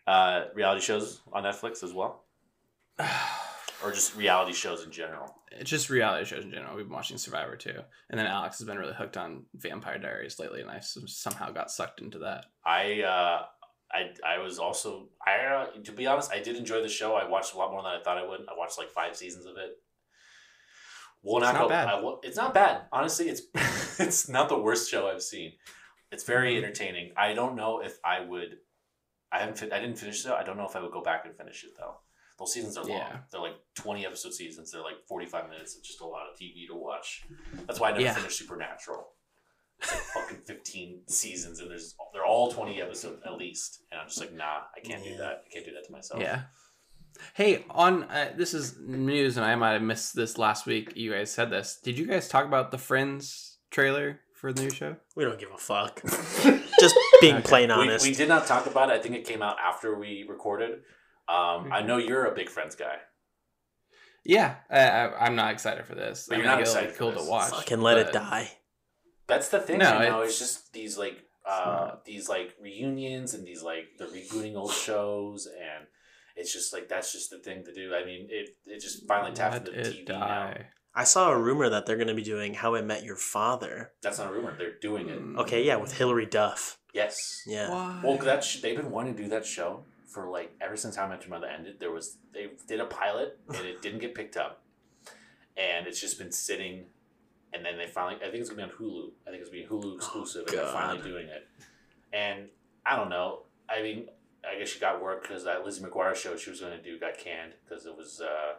uh reality shows on Netflix as well, or just reality shows in general.
it's just reality shows in general we've been watching survivor too and then alex has been really hooked on vampire diaries lately and i s- somehow got sucked into that
I uh, I I was also I uh, to be honest, I did enjoy the show. I watched a lot more than I thought I would. I watched like five seasons of it. Will
It's
not,
not
go.
bad.
I will, it's not bad, honestly. It's <laughs> it's not the worst show I've seen. It's very
Mm-hmm.
entertaining. I don't know if I would. I haven't. Fin- I didn't finish it. though. I don't know if I would go back and finish it though. Those seasons are long.
Yeah.
They're like twenty episode seasons. They're like forty five minutes. It's just a lot of TV to watch. That's why I never
Yeah.
finished Supernatural fucking 15 seasons and there's they're all 20 episodes at least and i'm just like nah i can't do
Yeah.
that i can't do that to myself
Yeah. Hey, on uh, this is news, and I might have missed this last week. You guys said this. Did you guys talk about the Friends trailer for the new show?
we don't give a fuck. Just being plain
<laughs> we,
honest.
we did not talk about it i think it came out after we recorded um
Mm-hmm.
i know you're a big friends guy
Yeah, I, I, I'm not excited for this.
But
I
you're
mean,
not
it'll be
excited for
cool
this.
to watch.
Fucking let it
but-
die.
that's the thing
No,
right now it's
it's-
just these like uh these like reunions and these like the rebooting old shows and it's just like that's just the thing to do i mean it it just finally tapped
Let
into
it
tv now
die.
I saw a rumor that they're gonna be doing How I Met Your Father.
that's not a rumor they're doing
Mm.
it
Okay, yeah,
Mm.
with Hilary Duff.
yes
Yeah.
Why?
Well, that sh- they've been wanting to do that show for like ever since How I Met Your Mother ended. There was they did a pilot and it didn't get picked up, and it's just been sitting. And then they finally, I think it's gonna be on Hulu. I think it's gonna be Hulu exclusive, and they're finally
God.
doing it. And I don't know. I mean, I guess she got work because that Lizzie McGuire show she was gonna do got canned because it was uh,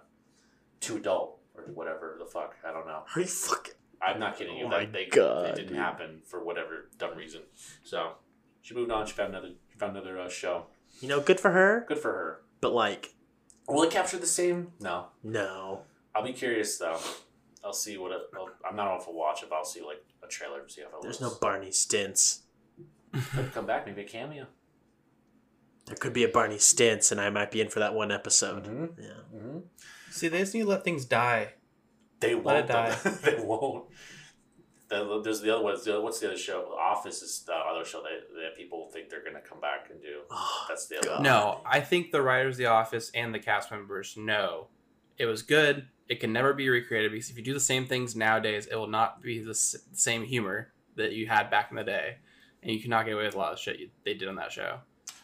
too adult or whatever the fuck. I don't know.
Are you fucking?
I'm not kidding you.
Oh my
that they,
God,
it didn't
dude.
happen for whatever dumb reason. So she moved on. She found another. She found another uh, show.
You know, good for her,
Good for her.
but like,
Will it capture the same? No.
no.
I'll be curious though. I'll see what. It, I'll, I'm not off a watch. If I'll see like a trailer and see how it
There's no
looks.
Barney Stints.
Could come back. Maybe a cameo.
There could be a Barney Stints, and I might be in for that one episode.
Mm-hmm.
Yeah.
Mm-hmm.
See, they just need to let things die.
They
Let
won't.
it die.
though. <laughs> they won't. The- There's the other one. the other- What's the other show? The Office is the other show that, that people think they're gonna come back and do.
Oh,
That's the other.
God.
one.
No, I think the writers, of the office, and the cast members know it was good. It can never be recreated because if you do the same things nowadays, it will not be the s- same humor that you had back in the day, and you cannot get away with a lot of shit you, they did on that show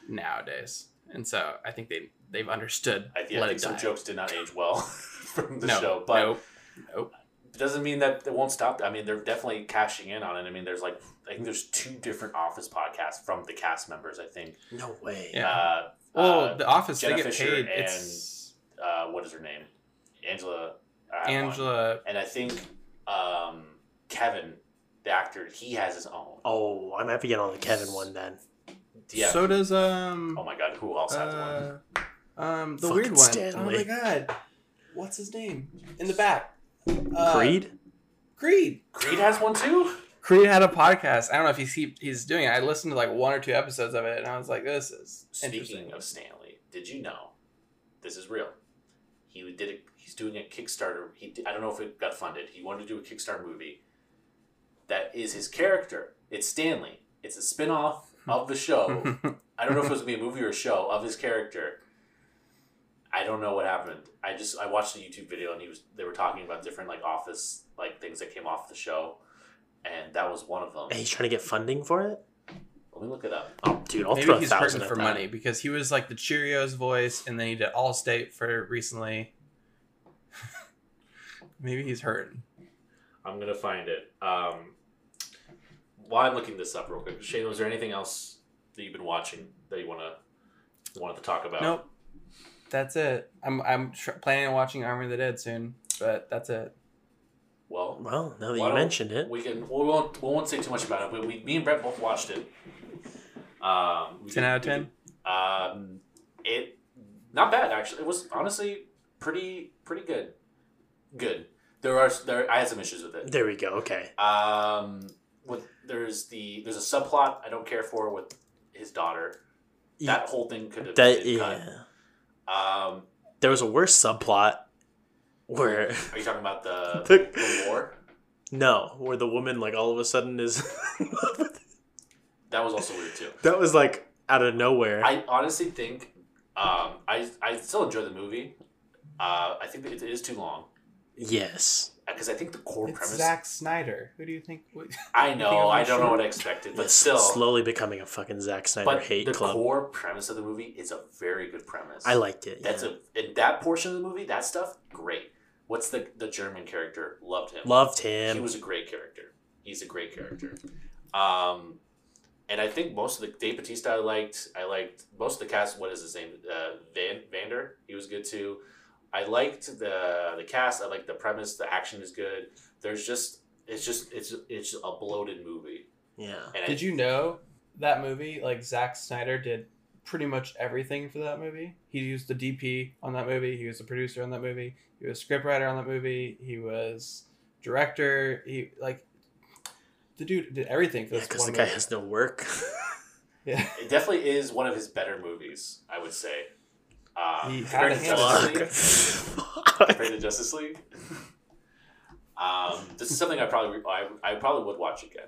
nowadays. and so I think they they've understood.
I, yeah, I
let
think
it
some
die.
jokes did not age well <laughs> from the
no,
show, but
nope.
it doesn't mean that it won't stop. I mean, they're definitely cashing in on it. I mean, there's like I think there's two different Office podcasts from the cast members. I think.
No way.
Yeah.
Uh,
well,
uh,
the office
Jenna
they get
Fisher
paid.
and-
It's
uh, what is her name? Angela. I have one.
Angela.
And I think um, Kevin, the actor, he has his own.
Oh, I might be getting on the Kevin one then.
Yeah.
So does um.
oh my God, who else has one?
Uh, um, the
Fucking
weird one. Oh
Stanley.
my god, what's his name in the back?
Uh,
Uh,
Creed?
Creed.
Creed has one too.
Creed had a podcast. I don't know if he's he, he's doing it. I listened to like one or two episodes of it, and I was like, "This is
Speaking
interesting." <laughs>
of Stanley, did you know? This is real. He did. A, he's doing a Kickstarter. He did, I don't know if it got funded. He wanted to do a Kickstarter movie. That is his character. It's Stanley. It's a spin-off of the
<laughs>
show. I don't know if it was gonna be a movie or a show of his character. I don't know what happened. I just I watched a YouTube video and he was they were talking about different like office like things that came off the show, and that was one of them.
And he's trying to get funding for it?
Let me look it up.
Oh, dude, I'll
Maybe
throw a
he's
thousand
hurting
at
for
that.
money because he was like the Cheerios voice, and then he did Allstate for recently. <laughs> Maybe he's hurting.
I'm gonna find it. Um, while I'm looking this up real quick, Shane, was there anything else that you've been watching that you wanna wanted to
Oh.
talk about?
Nope, that's it. I'm I'm tr- planning on watching Army of the Dead soon, but that's it.
Well,
Well, now that
why
you
don't-
mentioned it,
we can. Well, we won't. We won't say too much about it. But we, me and Brett both watched it. Um, we
Ten
did-
out of
we did-
ten.
Um, it not bad actually. It was honestly pretty pretty good. Good. There are there. I had some issues with it.
there we go. Okay.
Um, with there's the there's a subplot I don't care for with his daughter. That whole thing could have
That
been
yeah.
cut. Um,
There was a worse subplot where <laughs>
are you talking about the
The-
the war?
no, where the woman like all of a sudden is <laughs>
That was also weird too.
that was like out of nowhere.
I honestly think um, I I still enjoy the movie. Uh, I think that it is too long
yes.
because I think the core
It's
premise.
Zack Snyder. Who do you think? What,
I
I think
know
it
I
was
don't know
short.
what I expected, but
Yes,
still.
slowly becoming a fucking Zack Snyder
but
hate
the
club.
core premise of the movie is a very good premise.
I liked it.
that's
yeah.
a in that portion of the movie. That stuff great. What's the the German character? Loved him.
loved
he
him.
was a great character. He's a great character. Um, and I think most of the Dave Batista I liked. I liked most of the cast. What is his name? Uh, Van Vander. He was good too. I liked the the cast. I liked the premise. The action is good. There's just it's just it's it's a bloated movie.
yeah.
And
Did you know that movie? Like Zack Snyder did pretty much everything for that movie. He used the DP on that movie. He was the producer on that movie. He was scriptwriter on that movie. He was director. He like the dude did everything for
Yeah,
this
because
one
the guy
movie.
has no
<laughs>
work. <laughs>
<laughs>
yeah.
It definitely is one of his better movies. I would say. Um,
He
compared
had
to
a hand
Justice
in
League,
it.
Fuck.
compared to Justice League. Um, this is something I probably I, I probably would watch again.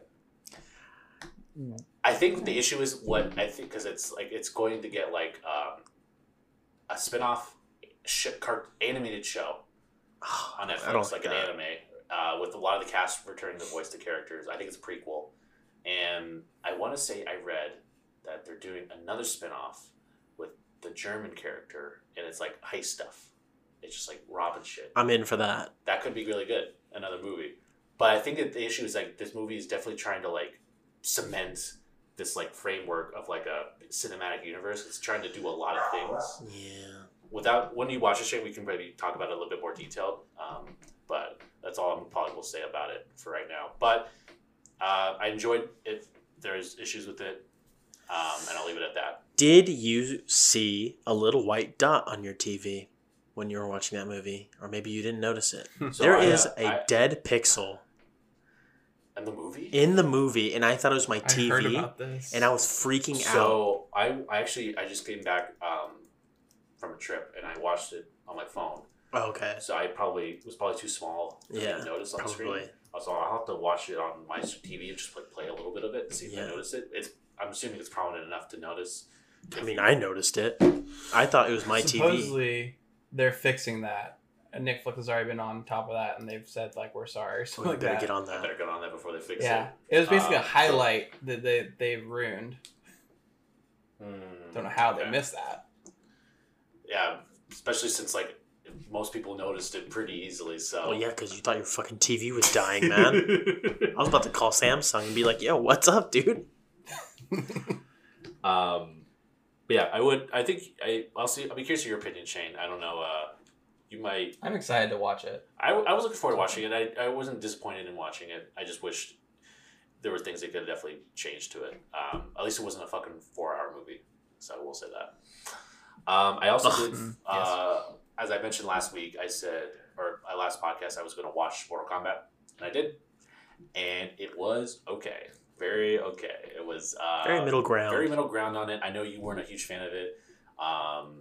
I think the issue is what I think because it's like it's going to get like um, a spin-off sh- cart- animated show on
<sighs>
Netflix,
I don't
like
like
an
that.
anime uh, with a lot of the cast returning to voice the characters. I think it's a prequel, and I want to say I read that they're doing another spin-off with the German character, and it's like heist stuff. It's just like robbing shit
I'm in for that.
that could be really good another movie but i think that the issue is like this movie is definitely trying to like cement this like framework of like a cinematic universe it's trying to do a lot of things
Yeah.
without when you watch the show we can maybe talk about it a little bit more detailed um, but that's all i'm probably will say about it for right now but uh, i enjoyed if there's issues with it um, and i'll leave it at that
Did you see a little white dot on your TV when you were watching that movie? Or maybe you didn't notice it.
so
There
I,
is
uh,
a
I-
dead pixel
and the movie
in the movie, and I thought it was my
I heard
TV,
about this.
and I was freaking out.
So I, I actually I just came back um, from a trip and I watched it on my phone.
Oh, okay.
So I probably it was probably too small. To
Yeah,
even notice on the
Probably.
screen. So I'll have to watch it on my TV and just like play a little bit of it and see if I
Yeah.
notice it. It's I'm assuming it's prominent enough to notice.
I mean, I noticed it. I thought it was my TV.
Supposedly, they're fixing that. And Nick Flick has already been on top of that, and they've said like we're sorry. So
We
like
better
that.
get on
I
that.
better get on that before they fix
Yeah,
it.
it was basically
Uh,
a highlight that they they ruined.
Hmm.
Don't know how they
Okay.
missed that.
Hmm. yeah, especially since like most people noticed it pretty easily. So
Oh yeah, because you thought your fucking TV was
<laughs>
dying, man. I was about to call Samsung and be like, "Yo, what's up, dude?"
Um, but yeah, I would. I think I. I'll see. I'll be curious of your opinion, Shane. I don't know. Uh, you might.
I'm excited to watch it.
I, I was looking forward to watching it. I, I wasn't disappointed in watching it. I just wished there were things that could have definitely changed to it. Um, at least it wasn't a fucking four hour movie. So I will say that. Um, I also did.
Mm,
Uh, As I mentioned last week, I said or my last podcast, I was going to watch Mortal Kombat, and I did, and it was okay. Very okay. It was uh,
Very middle ground.
very middle ground on it. I know you weren't a huge fan of it, um,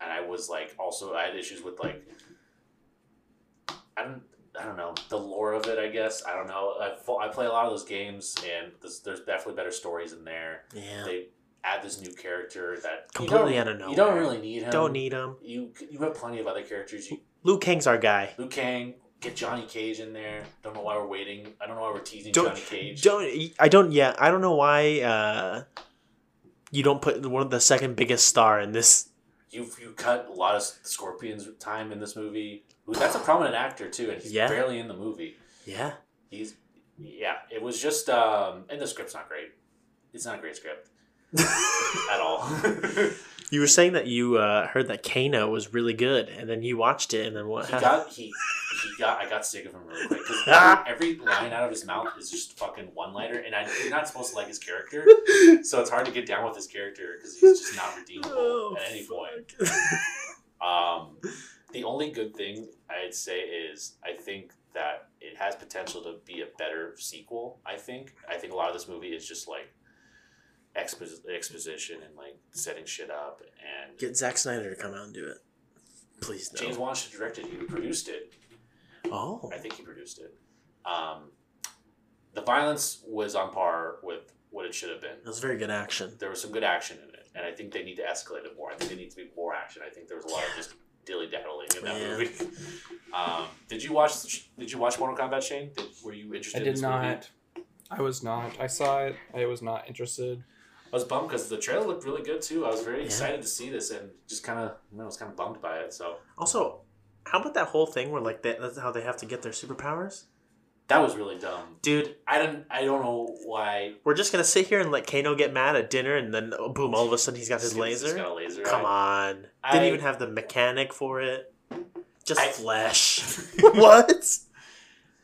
and I was like also I had issues with like I don't I don't know the lore of it. I guess I don't know. I, fo- I play a lot of those games, and there's, there's definitely better stories in there.
yeah,
They add this new character that
completely
You
out of
don't,
nowhere.
you don't really need him.
Don't need him.
you. You have plenty of other characters. You
Liu Kang's our guy.
Liu Kang. Get Johnny Cage in there. Don't know why we're waiting. I don't know why we're teasing
Don't-
Johnny Cage.
Don't I don't yeah I don't know why uh, you don't put one of the second biggest star in this.
you you cut a lot of Scorpion's time in this movie. Who- That's a prominent actor too, and he's
Yeah.
barely in the movie.
Yeah,
He's yeah. It was just um, and the script's not great. It's not a great script
<laughs>
at all. he
you were saying that you uh, heard that Kano was really good, and then you watched it, and then what? happened? <laughs>
got he he got I got sick of him really quick because
<laughs>
every, every line out of his mouth is just fucking one liner, and I, you're not supposed to like
<laughs>
his character, so it's hard to get down with his character because he's just not redeemable
Oh,
at any point.
fuck.
Um, the only good thing I'd say is I think that it has potential to be a better sequel. I think. I think a lot of this movie is just like expo- exposition and like setting shit up.
<laughs>
And
Get Zack Snyder to come out and do it, please.
James
No.
Wan should directed. He produced it.
Oh,
I think he produced it. Um, the violence was on par with what it should have been.
that was very good action.
there was some good action in it, and I think they need to escalate it more. I think there needs to be more action. I think there was a lot of just dilly dallying in that
Man.
movie. <laughs> Um, did you watch? Did you watch Mortal Kombat, Shane? Did, were you
I
interested? in
did
this
not.
Movie?
I was not. I saw it. I was not interested.
I was bummed because the trailer looked really good too. I was very
Yeah.
excited to see this, and just kind of, you know, I was kind of bummed by it. So
Also, how about that whole thing where like that, that's how they have to get their superpowers?
that was really dumb,
Dude,
I don't. I don't know why.
we're just gonna sit here and let Kano get mad at dinner, and then oh, boom, all of a sudden he's got his
He's
laser.
got a laser.
Come on,
I-
didn't even have the mechanic for it. Just
I- <laughs>
flesh. <laughs> what?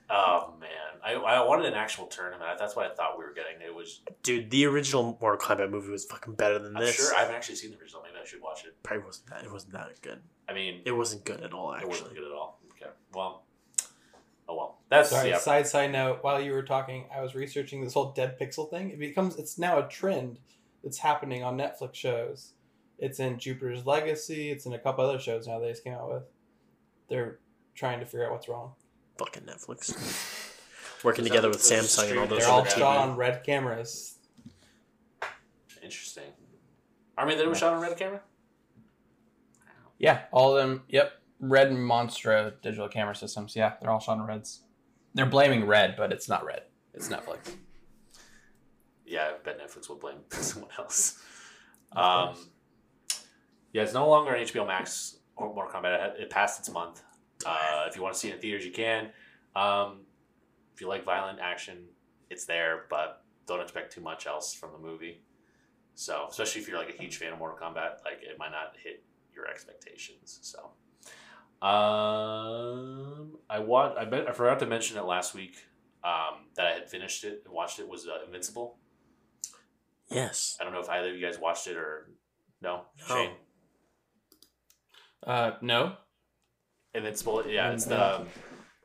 Oh man, I, I wanted an actual tournament. That's what I thought we were getting. It was.
Dude, the original Mortal Kombat movie was fucking better than
I'm
this.
sure I haven't actually seen the original. Maybe I should watch it.
Probably wasn't that. It wasn't that good.
I mean,
It wasn't good at all.
It wasn't
Actually,
good at all. Okay. Well. Oh well. That's
Sorry.
yeah.
Side side note. While you were talking, I was researching this whole dead pixel thing. It becomes. It's now a trend that's happening on Netflix shows. It's in Jupiter's Legacy. It's in a couple other shows now. They just came out with. They're trying to figure out what's wrong.
fucking Netflix. Working
Is that
together
the-
with
the
Samsung and all
stream-
those
They're all
other
the
shot
TV.
on red cameras.
Interesting. Army that it was shot on red camera.
Yeah, all of them. Yep, red and Monstro digital camera systems. Yeah, they're all shot on reds. They're blaming red, but it's not red. It's Netflix.
Yeah, I bet Netflix will blame <laughs> someone else.
Of
Um,
course.
yeah, it's no longer on HBO Max or Mortal Kombat. It had- It passed its month. Uh, if you want to see it in theaters, you can. Um, if you like violent action, it's there, but don't expect too much else from the movie. So, especially if you're like a huge fan of Mortal Kombat, like it might not hit your expectations. So, um, I want. I bet I forgot to mention it last week. Um, that I had finished it and watched it was uh, Invincible.
Yes.
I don't know if either of you guys watched it or no.
No.
Shane.
Uh, no,
Invincible. Yeah, it's the um,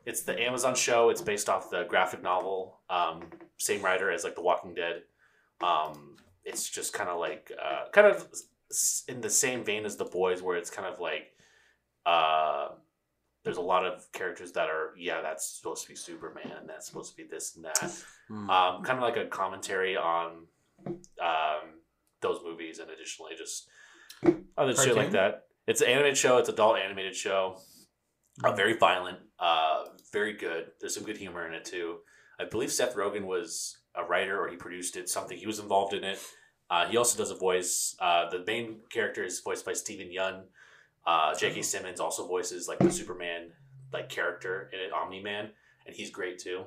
it's the Amazon show. It's based off the graphic novel. Um, same writer as like The Walking Dead. Um, it's just kind of like uh, kind of s- in the same vein as The Boys, where it's kind of like uh, there's a lot of characters that are yeah, that's supposed to be Superman, and that's supposed to be this and that.
Hmm.
um, kind of like a commentary on um, those movies and additionally just other shit like
Cartoon?
that. It's an animated show. It's adult animated show. Uh, very violent. Uh, very good. There's some good humor in it too. I believe Seth Rogen was a writer or he produced it. Something he was involved in it. Uh, he also does a voice. Uh, the main character is voiced by Steven Yeun. Uh, J.K. Simmons also voices like the Superman like character in it, Omni Man, and he's great too.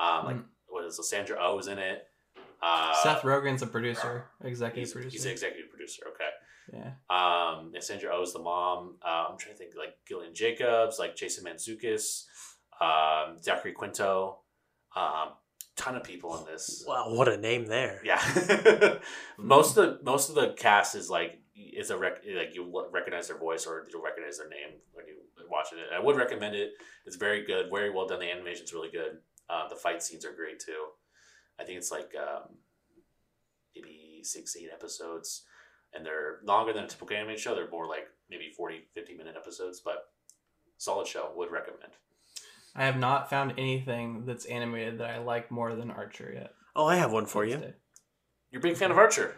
Um, like what is it, Sandra O oh is in it. Uh,
Hmm. Seth Rogen's a producer, executive
he's,
producer.
he's the executive producer. Okay.
yeah.
Um, and Sandra O is the mom. Uh, I'm trying to think like Gillian Jacobs, like Jason Manzukis, um, Zachary Quinto, um, ton of people in this.
Wow, what a name there.
Yeah, <laughs> most of the most of the cast is like is a rec- like you lo- recognize their voice or you'll recognize their name when you watch it. I would recommend it. It's very good, very well done. The animation's really good. Uh, the fight scenes are great too. I think it's like um, maybe six eight episodes, and they're longer than a typical animated show. They're more like maybe 40, 50 minute episodes, but solid show. Would recommend.
I have not found anything that's animated that I like more than Archer yet.
Oh, I have one for you.
You're a big fan of Archer.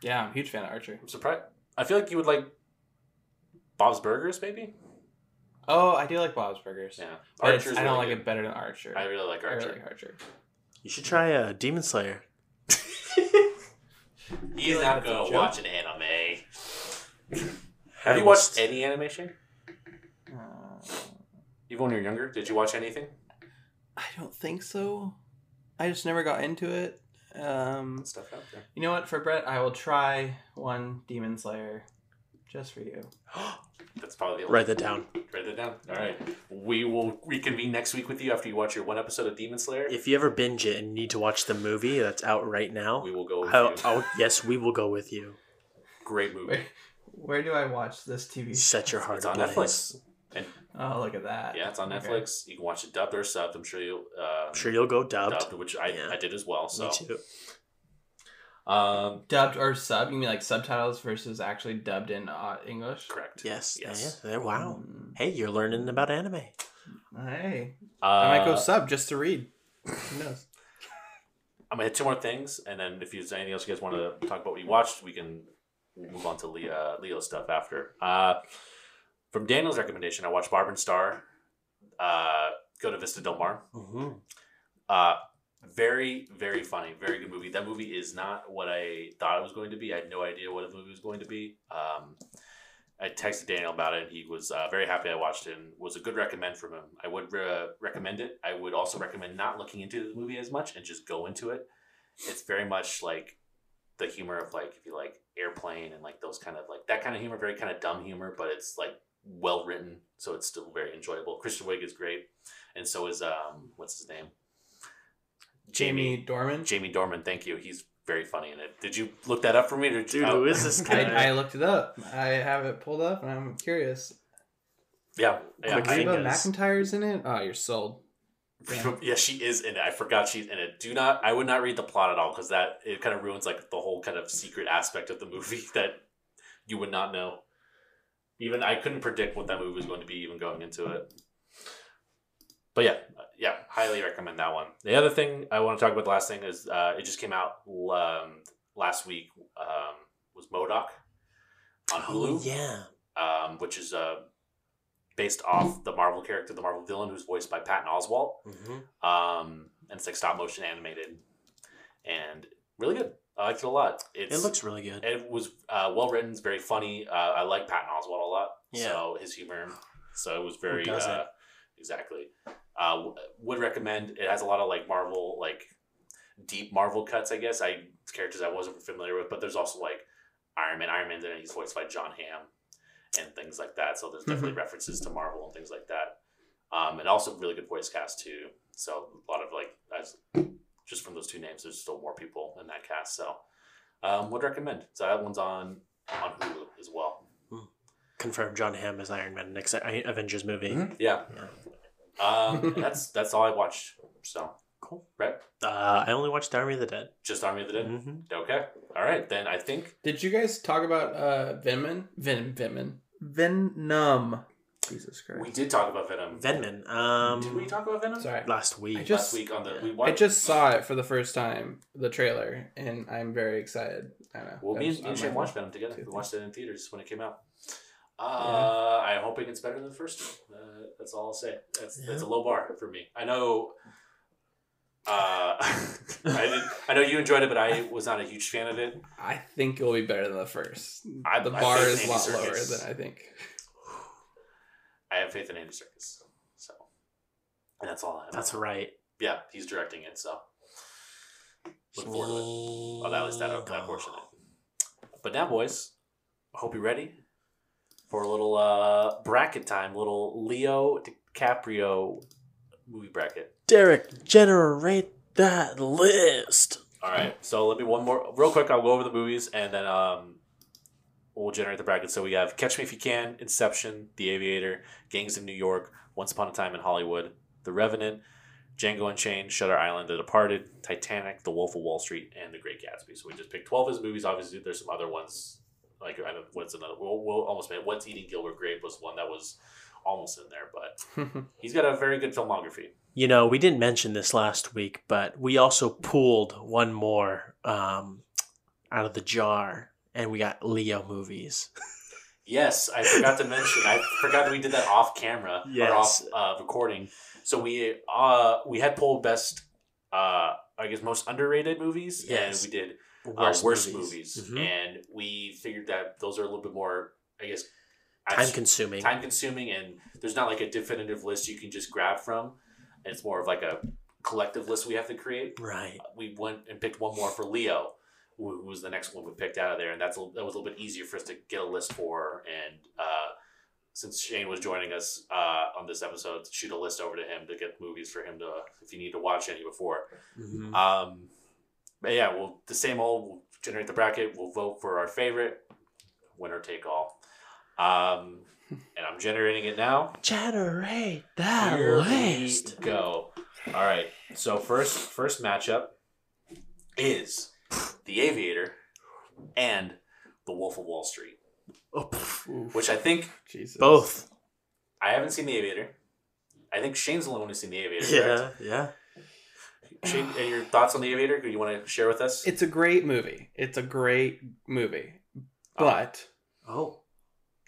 Yeah, I'm a huge fan of Archer.
I'm surprised. I feel like you would like Bob's Burgers, maybe.
Oh, I do like Bob's Burgers.
Yeah,
But it's-
Archer's
I don't
really
like
good.
it better than Archer.
I really like
I really
Archer.
like Archer.
You should try uh, Demon Slayer.
He's
like
not
that's a
gonna
joke.
watch an anime.
I
Have you
watched-
watched any animation?
Uh,
Even when you were younger, did you watch anything?
I don't think so. I just never got into it. Um,
Stuff out there.
you know what? For Brett, I will try one Demon Slayer, just for you.
That's probably the only
Write that down.
Write that down. All right. We will reconvene next week with you after you watch your one episode of Demon Slayer.
If you ever binge it and need to watch the movie that's out right now,
We will go. With
I'll,
you.
I'll, yes, we will go with
<laughs>
you.
Great movie.
Where do I watch this TV?
Set your heart
It's on
ablaze.
Netflix.
Oh, look at that.
Yeah, it's on
Okay.
Netflix. You can watch it dubbed or subbed. I'm sure you. Uh,
I'm sure you'll go dubbed.
Dubbed, which I,
Yeah.
I did as well. So.
Me too.
Um.
Dubbed or sub? You mean like subtitles versus actually dubbed in uh, English?
Correct.
Yes.
Yes. Mm-hmm.
yeah, yeah, wow.
Mm.
Hey, you're learning about anime.
Hey,
Uh,
I might go sub just to read. Who knows?
I'm gonna hit two more things, and then if there's anything else you guys want to talk about, what you watched, we can move on to Leo, Leo stuff after. Uh, from Daniel's recommendation, I watched Barb and Star. Uh, go to Vista Del Mar.
Mm-hmm.
Uh, very, very funny. Very good movie. That movie is not what I thought it was going to be. I had no idea what the movie was going to be. Um, I texted Daniel about it, and he was uh, very happy I watched it. and Was a good recommend from him. I would uh, recommend it. I would also recommend not looking into the movie as much and just go into it. It's very much like the humor of like if you like airplane and like those kind of like that kind of humor, very kind of dumb humor, but it's like well written, so it's still very enjoyable. Christian Wig is great, and so is um what's his name,
Jamie Dorman.
Jamie Dorman, thank you. He's very funny in it. Did you look that up for me? Or
Dude, who is this
I,
guy?
I looked it up. I have it pulled up, and I'm curious.
<laughs> yeah, yeah,
Quick
I-
Reba
Yes.
McIntyre's in it. Oh, you're sold.
<laughs> yeah. she is in it. I forgot she's in it. Do not. I would not read the plot at all because that it kind of ruins like the whole kind of secret aspect of the movie <laughs> that you would not know. Even I couldn't predict what that movie was going to be even going into it. But yeah, uh, yeah, highly recommend that one. The other thing I want to talk about, the last thing is uh, it just came out um, last week. Um, was Modoc on
oh,
Hulu?
yeah.
um, which is uh, based off the Marvel character, the Marvel villain, who's voiced by Patton Oswalt.
Mm-hmm.
Um, and it's like stop motion animated, and really good. I liked it a lot. It's,
It looks really good.
it was uh, well written. It's very funny. Uh, I like Patton Oswalt a lot.
Yeah.
So his humor. So it was very
doesn't?
uh, exactly. Uh, w- would recommend. It has a lot of like Marvel like deep Marvel cuts. I guess I characters I wasn't familiar with, but there's also like Iron Man. Iron Man's in it. He's voiced by John Hamm and things like that. So there's definitely references to Marvel and things like that. Um, and also really good voice cast too. So a lot of like as just from those two names, there's still more people in that cast. So um, would recommend. So that one's on on Hulu as well.
Confirmed John Hamm is Iron Man next I- Avengers movie.
Mhm.
Yeah. Um, and that's that's all I watched. So
Cool.
right,
Uh, I only watched Army of the Dead.
just Army of the Dead.
Mm-hmm.
Okay. All right. Then I think
Did you guys talk about uh Venom? Venom. Venom. Venom. Jesus
we
Christ.
did talk about Venom.
Venman.
did we
Um,
talk about Venom
Sorry.
last week.
I just-
last week on the
yeah.
we
I
watched?
just saw it for the first time, the trailer, and I'm very excited. I don't know.
Well, me and,
That was
me and
on
Shane
my-
watched Venom together.
Two
We
things.
watched it in theaters when it came out. Uh, I'm hoping it's better than the first one. Uh, that's all I'll say. That's, that's a low bar for me. I know Uh, <laughs> I, did, I know you enjoyed it, but I was not a huge fan of it.
I think it'll be better than the first.
I,
The
I
bar
think
is a
Andy
lot
Serkis-
lower than I think. <laughs>
I have faith in Andy Serkis. So, and that's all I have.
That's right.
yeah, he's directing it. So, look forward to it. Oh, that was that, that portion. Of it. But now, boys, I hope you're ready for a little uh, bracket time. Little Leo DiCaprio movie bracket.
Derek, generate that list.
All right. So let me one more real quick. I'll go over the movies and then um, we'll generate the bracket. So we have Catch Me If You Can, Inception, The Aviator, Gangs of New York, Once Upon a Time in Hollywood, The Revenant, Django Unchained, Shutter Island, The Departed, Titanic, The Wolf of Wall Street, and The Great Gatsby. So we just picked twelve of his movies. Obviously, there's some other ones. Like I don't what's another. We'll, we'll almost made What's Eating Gilbert Grape was one that was almost in there, but he's got a very good filmography.
You know, we didn't mention this last week, but we also pulled one more um, out of the jar, and we got Leo movies.
Yes, I forgot to mention. I forgot that we did that off camera or off
Yes.
uh, recording. So we uh we had polled best uh I guess most underrated movies,
Yes.
and we did uh, worst movies,
Mhm.
and we figured that those are a little bit more I guess
Time consuming.
time consuming, and there's not like a definitive list you can just grab from. It's more of like a collective list we have to create
right.
we went and picked one more for Leo, who who was the next one we picked out of there, and that's a, that was a little bit easier for us to get a list for. And uh, since Shane was joining us uh, on this episode, shoot a list over to him to get movies for him to if you need to watch any before.
Mhm.
Um, but yeah, we'll the same old. We'll generate the bracket. We'll vote for our favorite winner take all. Um, and I'm generating it now.
Generate that
Here
list.
we go. All right. So first, first matchup is the Aviator and the Wolf of Wall Street,
Oh, pff,
Oof,
which I think
Jesus.
both.
I haven't seen the Aviator. I think Shane's the only one who's seen the Aviator. correct?
yeah.
Shane, and your thoughts on the Aviator? Do you want to share with us?
It's a great movie. It's a great movie. But
Oh.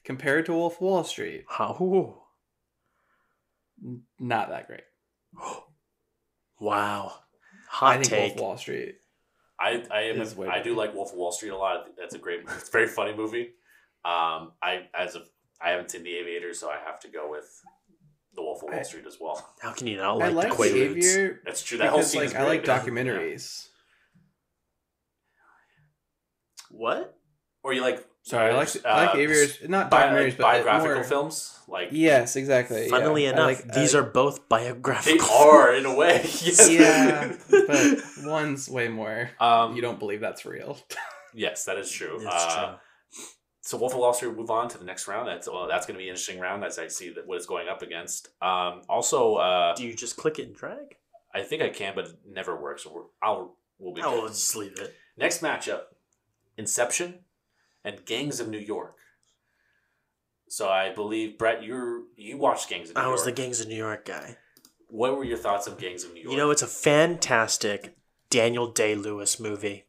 compared to Wolf of Wall Street,
How? ooh.
not that great.
Wow. Hot
I think Wolf
take.
of Wall Street.
I I am
It's way
I do like Wolf of Wall Street a lot. I think That's a great, <laughs> it's a very funny movie. Um, I as of I haven't seen the Aviator, so I have to go with the Wolf of Wall
I-
Street as well. <laughs>
How can you not
I
like,
like
the
the
Quaaludes?
Aviator
That's true. That whole
because
scene is
like I
really
like
good.
documentaries.
What?
or you like
Sorry, I like
uh,
I like aviators, not
bi-
documentaries,
like
but
biographical
more,
films like
Yes, exactly.
Funnily
yeah. I
enough,
like- uh, I
these
like-
are both
<laughs> they
biographical.
are in a way <laughs> yes.
<laughs> Yeah,
<laughs>
but one's way more.
um
You don't believe that's real.
yes that is true
That's
uh, so Wolf of Wall Street move on to the next round that's well, that's going to be an interesting round as I see that what it's going up against um also uh
true. Do you just click it and drag?
I think I can but it never works We're, I'll we'll be
Oh,
good.
just leave it.
next matchup Inception and Gangs of New York so I believe Brett you you watched Gangs of New
I was the
York
Gangs of New York guy.
what were your thoughts on Gangs of New York
You know, it's a fantastic Daniel Day Lewis movie.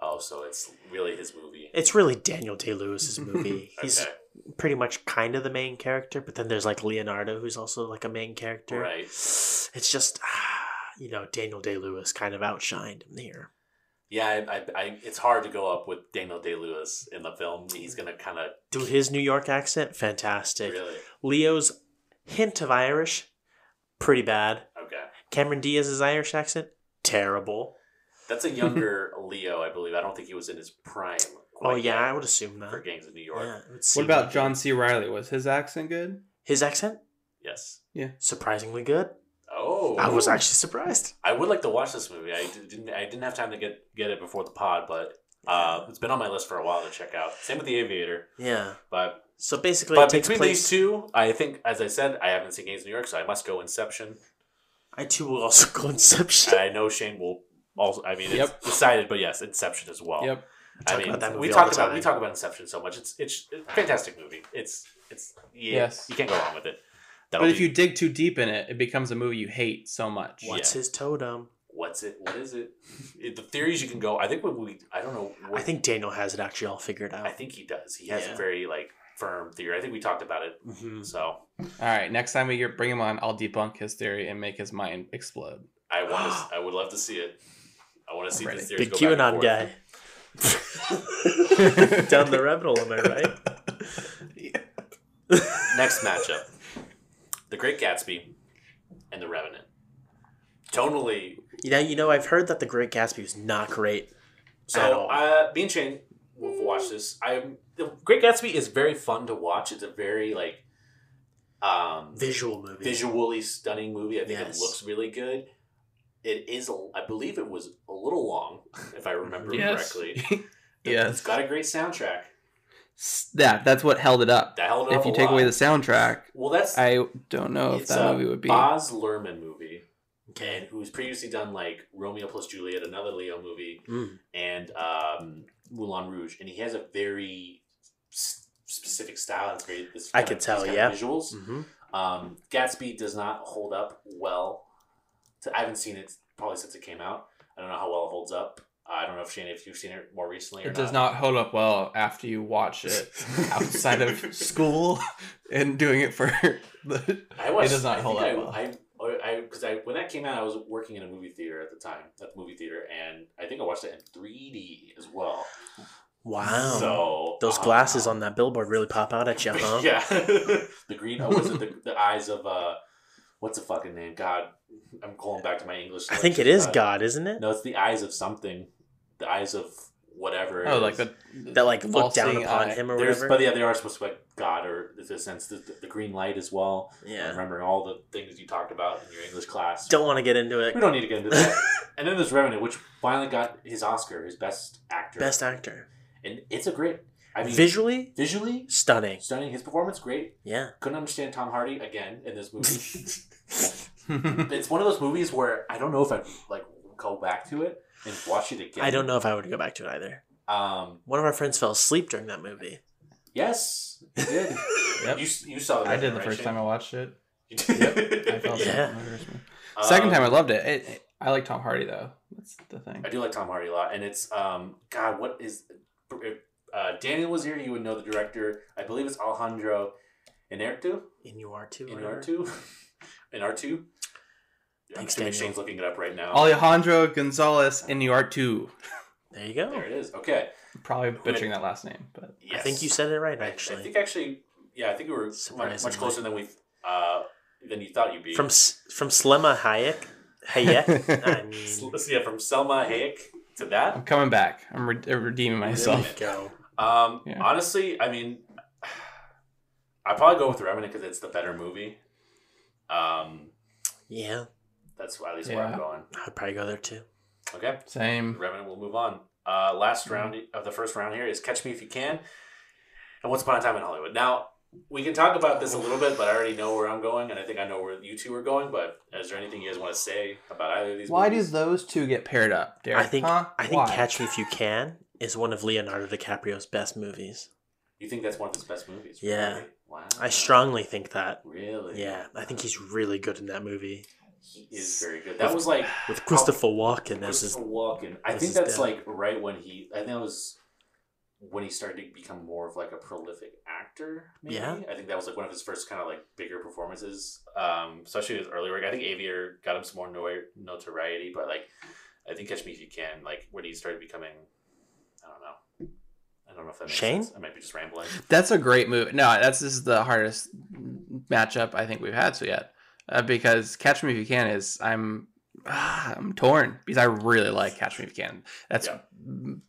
oh so it's really his movie
It's really Daniel Day Lewis's movie. He's
<laughs> okay.
pretty much kind of the main character, but then there's like Leonardo, who's also like a main character.
Right.
It's just, ah, you know, Daniel Day Lewis kind of outshined him here.
Yeah, I, I, I, it's hard to go up with Daniel Day Lewis in the film. He's gonna kind of
Dude, his New York accent, fantastic.
really
Leo's hint of Irish, pretty bad.
okay.
Cameron Diaz's Irish accent, terrible.
That's a younger <laughs> Leo, I believe. I don't think he was in his prime.
Oh
quite
yeah,
yet
I would assume that.
for Gangs of New York.
Yeah, it would
what
seem
about
like-
John C. Riley? Was his accent good?
His accent,
Yes.
surprisingly good.
Oh,
I was actually surprised.
I would like to watch this movie. I d- didn't. I didn't have time to get get it before the pod, but uh, it's been on my list for a while to check out. Same with The Aviator,
Yeah.
but
So basically,
but
it takes
between
place.
these two, I think, as I said, I haven't seen Gangs of New York, so I must go Inception.
I too will also go Inception.
I know Shane will also. I mean,
Yep.
it's decided, but yes, Inception as well. I
Yep.
Talk
mean,
about that movie
we
all
talk
the
about we
time.
talk about Inception so much. It's it's a fantastic movie. It's it's yeah,
Yes.
you can't go wrong with it. That'll
But if
be,
you dig too deep in it, it becomes a movie you hate so much.
What?
What's
<laughs> yeah.
his totem?
what's it? What is it? It- The theories you can go. I think when we I don't know. What,
I think Daniel has it actually all figured out.
I think he does. He has
Yeah.
a very like firm theory. I think we talked about it.
Mhm.
So
All right, next time we get, bring him on, I'll debunk his theory and make his mind explode.
I
<gasps>
want to. I would love to see it. I want to see
ready.
this theory
Big
go back
QAnon
and forth.
guy. <laughs> Down the rabbit hole, am I right?
<laughs> Next matchup: The Great Gatsby and The Revenant. Tonally,
You know, you know, I've heard that The Great Gatsby was not great. At
so
all.
uh, me and Shane will watch this. I The Great Gatsby is very fun to watch. It's a very like um,
Visual movie.
visually stunning movie. I think
Yes.
it looks really good. It is, a- I believe, it was a little long, if I remember
<laughs>
Yes.
correctly. It's
Yes.
got a great soundtrack.
S- That that's what held it up.
That held up
If you take away the soundtrack,
well, that's
I don't know if
it's
that
a
movie would be.
Boz Lerman movie, and
Okay.
who's previously done like Romeo plus Juliet, another Leo movie,
Mm.
and um, Moulin Rouge, and he has a very s- specific style. It's great. It's
I
kinda-
could tell,
these kinda
yeah.
Visuals.
hmm
Um, Gatsby does not hold up well. To, I haven't seen it probably since it came out. I don't know how well it holds up. I don't know if Shane, if you've seen it more recently or
It does not hold up well after you watch it
<laughs>
outside <laughs> of school and doing it for the. oh,
I watched,
It does not
I
hold
think
up
I, I, because I, when that came out, I was working in a movie theater at the time, at the movie theater, and I think I watched it in 3D as well.
Wow.
So
Those
uh,
glasses on that billboard really pop out
<laughs>
at you,
<laughs>
huh?
yeah, Uh-huh. the green. Oh, was it the, the eyes of uh, what's the fucking name? God, I'm calling back to my English.
I think it
lectures,
is
uh,
God, isn't it?
No, it's the eyes of something. The eyes of whatever. it
Oh, like
is.
the
That like look down
falsing
upon
eye.
him or
There's,
whatever.
but yeah, they are supposed to be like God or in a sense the, the, the green light as well.
Yeah.
Remembering all the things you talked about in your English class.
Don't want to get into
we
it.
don't need to get
<laughs>
into that. and then there's Revenant, which finally got his Oscar, his best actor.
Best actor.
And it's a great. I mean,
Visually
visually
stunning.
stunning. His performance great.
Yeah.
Couldn't understand Tom Hardy again in this movie. <laughs> it's one of those movies where I don't know if I like go back to it and watch it again.
I don't know if I would go back to it either.
Um,
One of our friends fell asleep during that movie.
Yes, you did.
<laughs> <laughs> Yep.
You you saw the
I did the
right,
first
Shane?
time I watched it.
<laughs> You did.
I felt
Yeah.
yeah. Second time I loved it. It, it- I like Tom Hardy though. That's the thing.
Um, I do like Tom Hardy a lot, and it's um God, what is if uh, Daniel was here, you would know the director. I believe it's Alejandro Inertu.
In you are too.
Inertu. <laughs> Inertu.
Thanks,
I'm assuming
Daniel.
Shane's looking it up right now.
Alejandro Gonzalez in New York too.
There you go.
there it is. Okay.
Probably butchering that last name, but
Yes.
I think you said it right
I-
actually.
I think actually, yeah, I think we were much,
Surprisingly.
much closer than we uh than you thought you'd be.
from S- from Slema Hayek.
<laughs>
Hayek. I mean,
yeah, from Selma Hayek to that.
I'm coming back. I'm re- redeeming myself.
go.
Um,
Yeah.
honestly, I mean, I probably go with Remnant because it's the better movie. Um,
Yeah,
that's at least where I'm
Yeah.
going.
I'd probably go there too.
Okay,
Same.
Remnant will move on. Uh, last round of the first round here is Catch Me If You Can, and Once Upon a Time in Hollywood. Now we can talk about this a little bit, but I already know where I'm going, and I think I know where you two are going. But is there anything you guys want to say about either of these?
Why do
movies?
those two get paired up, Derek?
I think
Huh?
I think
Why?
Catch Me If You Can is one of Leonardo DiCaprio's best movies.
you think that's one of his best movies?
Yeah.
Really? Wow.
I strongly think that.
Really?
Yeah, I think he's really good in that movie
He is very good. That was like
with Christopher Walken as his.
Christopher Walken. I
as
think
his
that's
dad.
like right when he. I think that was when he started to become more of like a prolific actor. Maybe.
Yeah.
I think that was like one of his first kind of like bigger performances. Um, especially his early work. I think Aviator got him some more no- notoriety, but like I think Catch Me If You Can, like when he started becoming, I don't know. I don't know if that makes
Shane?
sense. I might be just rambling.
That's a great move. No, that's this is the hardest matchup I think we've had so yet, uh, because Catch Me If You Can is I'm ah, I'm torn because I really like Catch Me If You Can. That's
Yeah.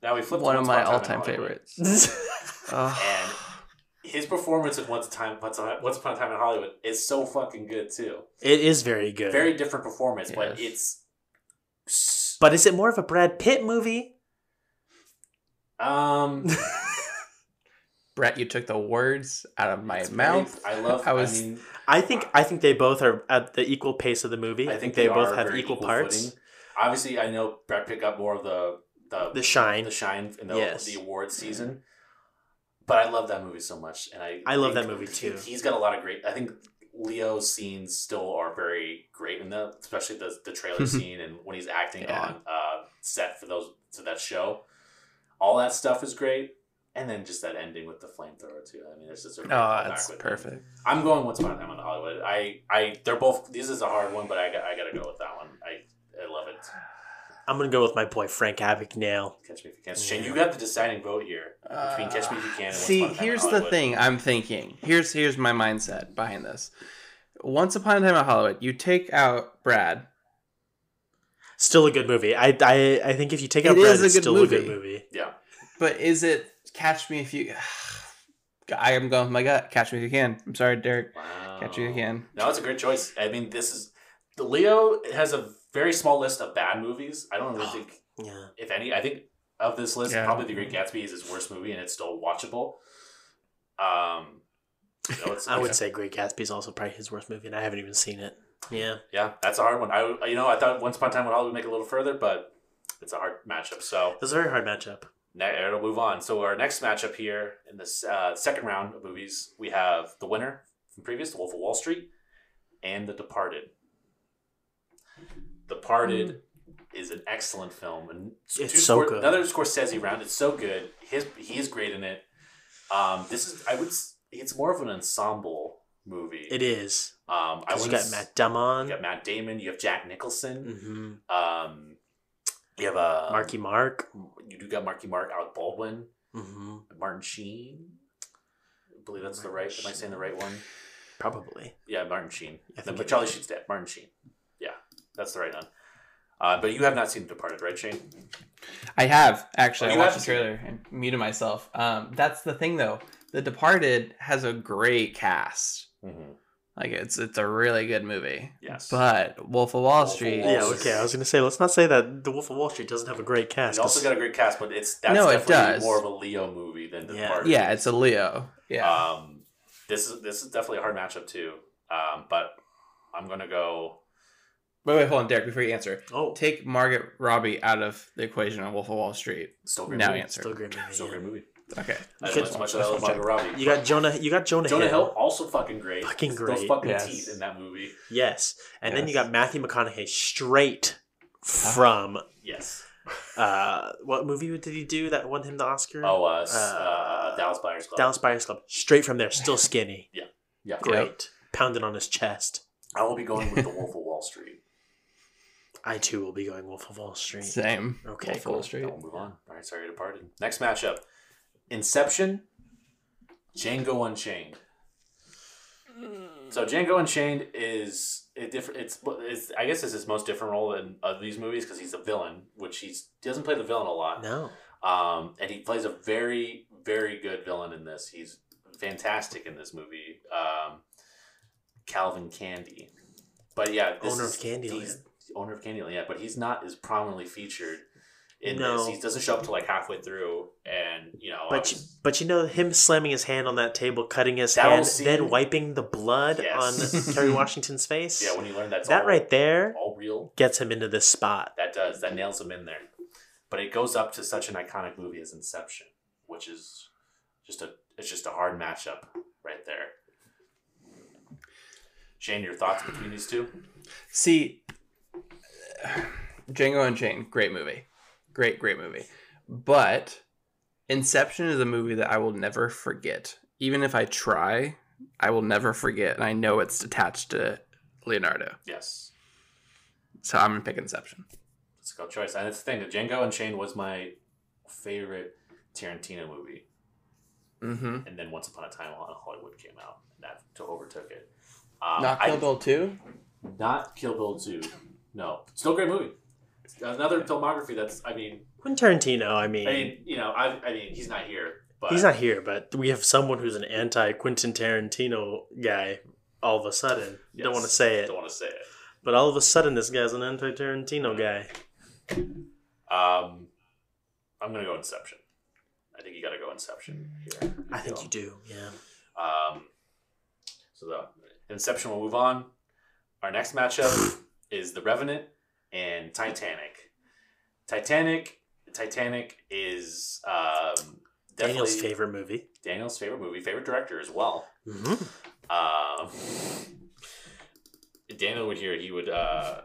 Now we flipped
one of
Once
my
Upon a Time in
all time
Hollywood.
favorites.
And
Ugh.
his performance in Once Time Once Upon a Time in Hollywood is so fucking good too.
It is very good.
very different performance, but
Yes.
it's
But is it more of a Brad Pitt movie?
um
<laughs> Brett, you took the words out of my
it's very-
mouth.
I love. I,
I was-
mean,
I think I think they both are at the equal pace of the movie.
I
I
think
think
they,
they, both
are
have
very
equal parts.
footing. Obviously, I know Brad picked up more of the the
The
the,
Shine.
shine in the
Yes.
the award season, but I love that movie so much, and I
I love
think
that movie, too.
He's got a lot of great. I think Leo's scenes still are very great in the, especially the the
<laughs>
trailer scene and when he's acting
Yeah.
on uh, set for those for that show. All that stuff is great. And then just that ending with the flamethrower too. I mean, there's just a great
Oh,
callback
that's
with it.
perfect.
I'm going what's my time on Hollywood. I, I, they're both. This is a hard one, but I, got- I gotta go with that one. I, kids.
I'm gonna go with my boy Frank Havoc now.
Catch me if you can. Shane, you got the deciding vote here between Catch Me If You Can and Once
See,
Upon a Time in
here's the
Hollywood.
thing I'm thinking. Here's here's my mindset behind this. Once upon a time in Hollywood, you take out Brad.
Still a good movie. I I, I think if you take
It
out Brad,
is a
it's
good
still a good
movie.
movie.
Yeah.
But is it catch me if you <sighs> I am going with my gut. Catch me if you can. I'm sorry, Derek.
Wow.
Catch me if you can.
No, it's a great choice. I mean, this is the Leo has a very small list of bad movies. I don't really think
Yeah.
if any. I think of this list,
Yeah.
probably The Great Gatsby is his worst movie, and it's still watchable. Um, so
<laughs>
it's-
I would
yeah.
say Great Gatsby is also probably his worst movie, and I haven't even seen it. Yeah.
yeah, that's a hard one. I you know I thought Once Upon a Time in Hollywood would make it a little further, but it's a hard matchup. So
It was a very hard matchup.
Now, it'll move on. So our next matchup here in this uh, second round of movies, we have the winner from previous, The Wolf of Wall Street, and The Departed. Departed is an excellent film, and
Hmm. It's so good.
Another Scorsese round. It's so good. His he is great in it. Um, this is I would. s- It's more of an ensemble movie.
It is.
Um, I
'Cause you
wouldn't
got
s-
Matt
You
Damon,
got Matt Damon. You have Jack Nicholson.
hmm
Um, you have a uh,
Marky Mark.
You do got Marky Mark, Alec Baldwin. mm-hmm.
hmm
Martin Sheen. I believe that's the right. Am I saying the right one?
Probably.
Yeah, Martin Sheen.
I
No,
think
but
it
Charlie
is.
Sheen's dead. Martin Sheen. Yeah, that's the right one. Uh, but you have not seen Departed, right, Shane?
I have actually.
Oh,
I
you
watched
have?
the trailer and muted myself. Um, that's the thing though. The Departed has a great cast.
Mm-hmm.
Like it's it's a really good movie.
Yes.
But Wolf of Wall
Wolf of
Street.
Wall
Yeah.
Street.
Okay. I was gonna say let's not say that The Wolf of Wall Street doesn't have a great cast.
It's also
'cause-
got a great cast, but it's that's
No, it
definitely
does.
more of a Leo movie than
Yeah.
Departed.
Yeah, it's a Leo. Yeah.
Um, this is this is definitely a hard matchup too. Um, but I'm gonna go.
wait, wait, hold on, Derek. Before you answer,
oh,
take Margaret Robbie out of the equation on Wolf of Wall Street.
Still a great
Now
movie.
answer.
still a great
Still a
movie.
great
yeah.
movie.
Okay.
As
could-
much, as much as I love Margot Robbie.
You got Jonah. You got Jonah,
Jonah
Hill.
Hill also fucking great.
Fucking
Those
great.
fucking
Yes.
teeth in that movie.
Yes. And then you
Yes.
got Matthew McConaughey straight from
Yes.
uh what movie did he do that won him the Oscar?
Oh, uh, s-
Uh,
uh, Dallas Buyers Club.
Dallas Buyers Club. Straight from there, still skinny.
<laughs> Yeah.
Great. Pounded on his chest.
I will be going with The Wolf of
<laughs>
Wall Street.
I too will be going Wolf of Wall Street.
Same.
Okay,
Wolf of
cool.
Wall Street.
Now we'll move on. All right, sorry, Departed. Next matchup: Inception, Django Unchained. So Django Unchained is a different. It's, it's I guess it's his most different role in of these movies because he's a villain, which he's he doesn't play the villain a lot.
No.
Um, and he plays a very, very good villain in this. He's fantastic in this movie. Um, Calvin Candy. But yeah, this
Owner
is-
of Candyland.
he's- Owner of Candyland, yeah. But he's not as prominently featured in
No.
this. He doesn't show up till like halfway through, and you know, I
But you,
was-
but you know him slamming his hand on that table, cutting his
That whole
hand,
scene-
then wiping the blood
Yes.
on
<laughs>
Kerry Washington's face.
yeah, when you learn that's
that
all,
right there
all real,
gets him into this spot.
that does that nails him in there. But it goes up to such an iconic movie as Inception, which is just a it's just a hard matchup right there. Shane, your thoughts between these two?
See, <sighs> Django Unchained, great movie, great great movie, but Inception is a movie that I will never forget. Even if I try, I will never forget, and I know it's attached to Leonardo.
Yes.
So I'm gonna pick Inception.
It's a good choice. And it's the thing, Django Unchained was my favorite Tarantino movie.
Mm-hmm.
And then Once Upon a Time in Hollywood came out. And that to overtook it. Um,
Not
I-
Kill Bill two.
Not Kill Bill 2. No. Still a great movie. Another filmography that's, I mean,
Quentin Tarantino, I mean,
I mean, you know, I, I mean, he's not here. But
he's not here, but we have someone who's an anti Quentin Tarantino guy. All of a sudden, don't
Yes.
want to say it,
Don't want to say it.
but all of a sudden, this guy's an anti
Mm-hmm.
Tarantino guy.
Um, I'm going to go Inception. I think you got to go Inception here.
I think you do, yeah.
Um, so the Inception will move on. Our next matchup
<laughs>
is The Revenant and Titanic. Titanic, Titanic is um, definitely
Daniel's favorite movie.
Daniel's favorite movie, favorite director as well.
Mm-hmm.
Um, Daniel would hear he would uh,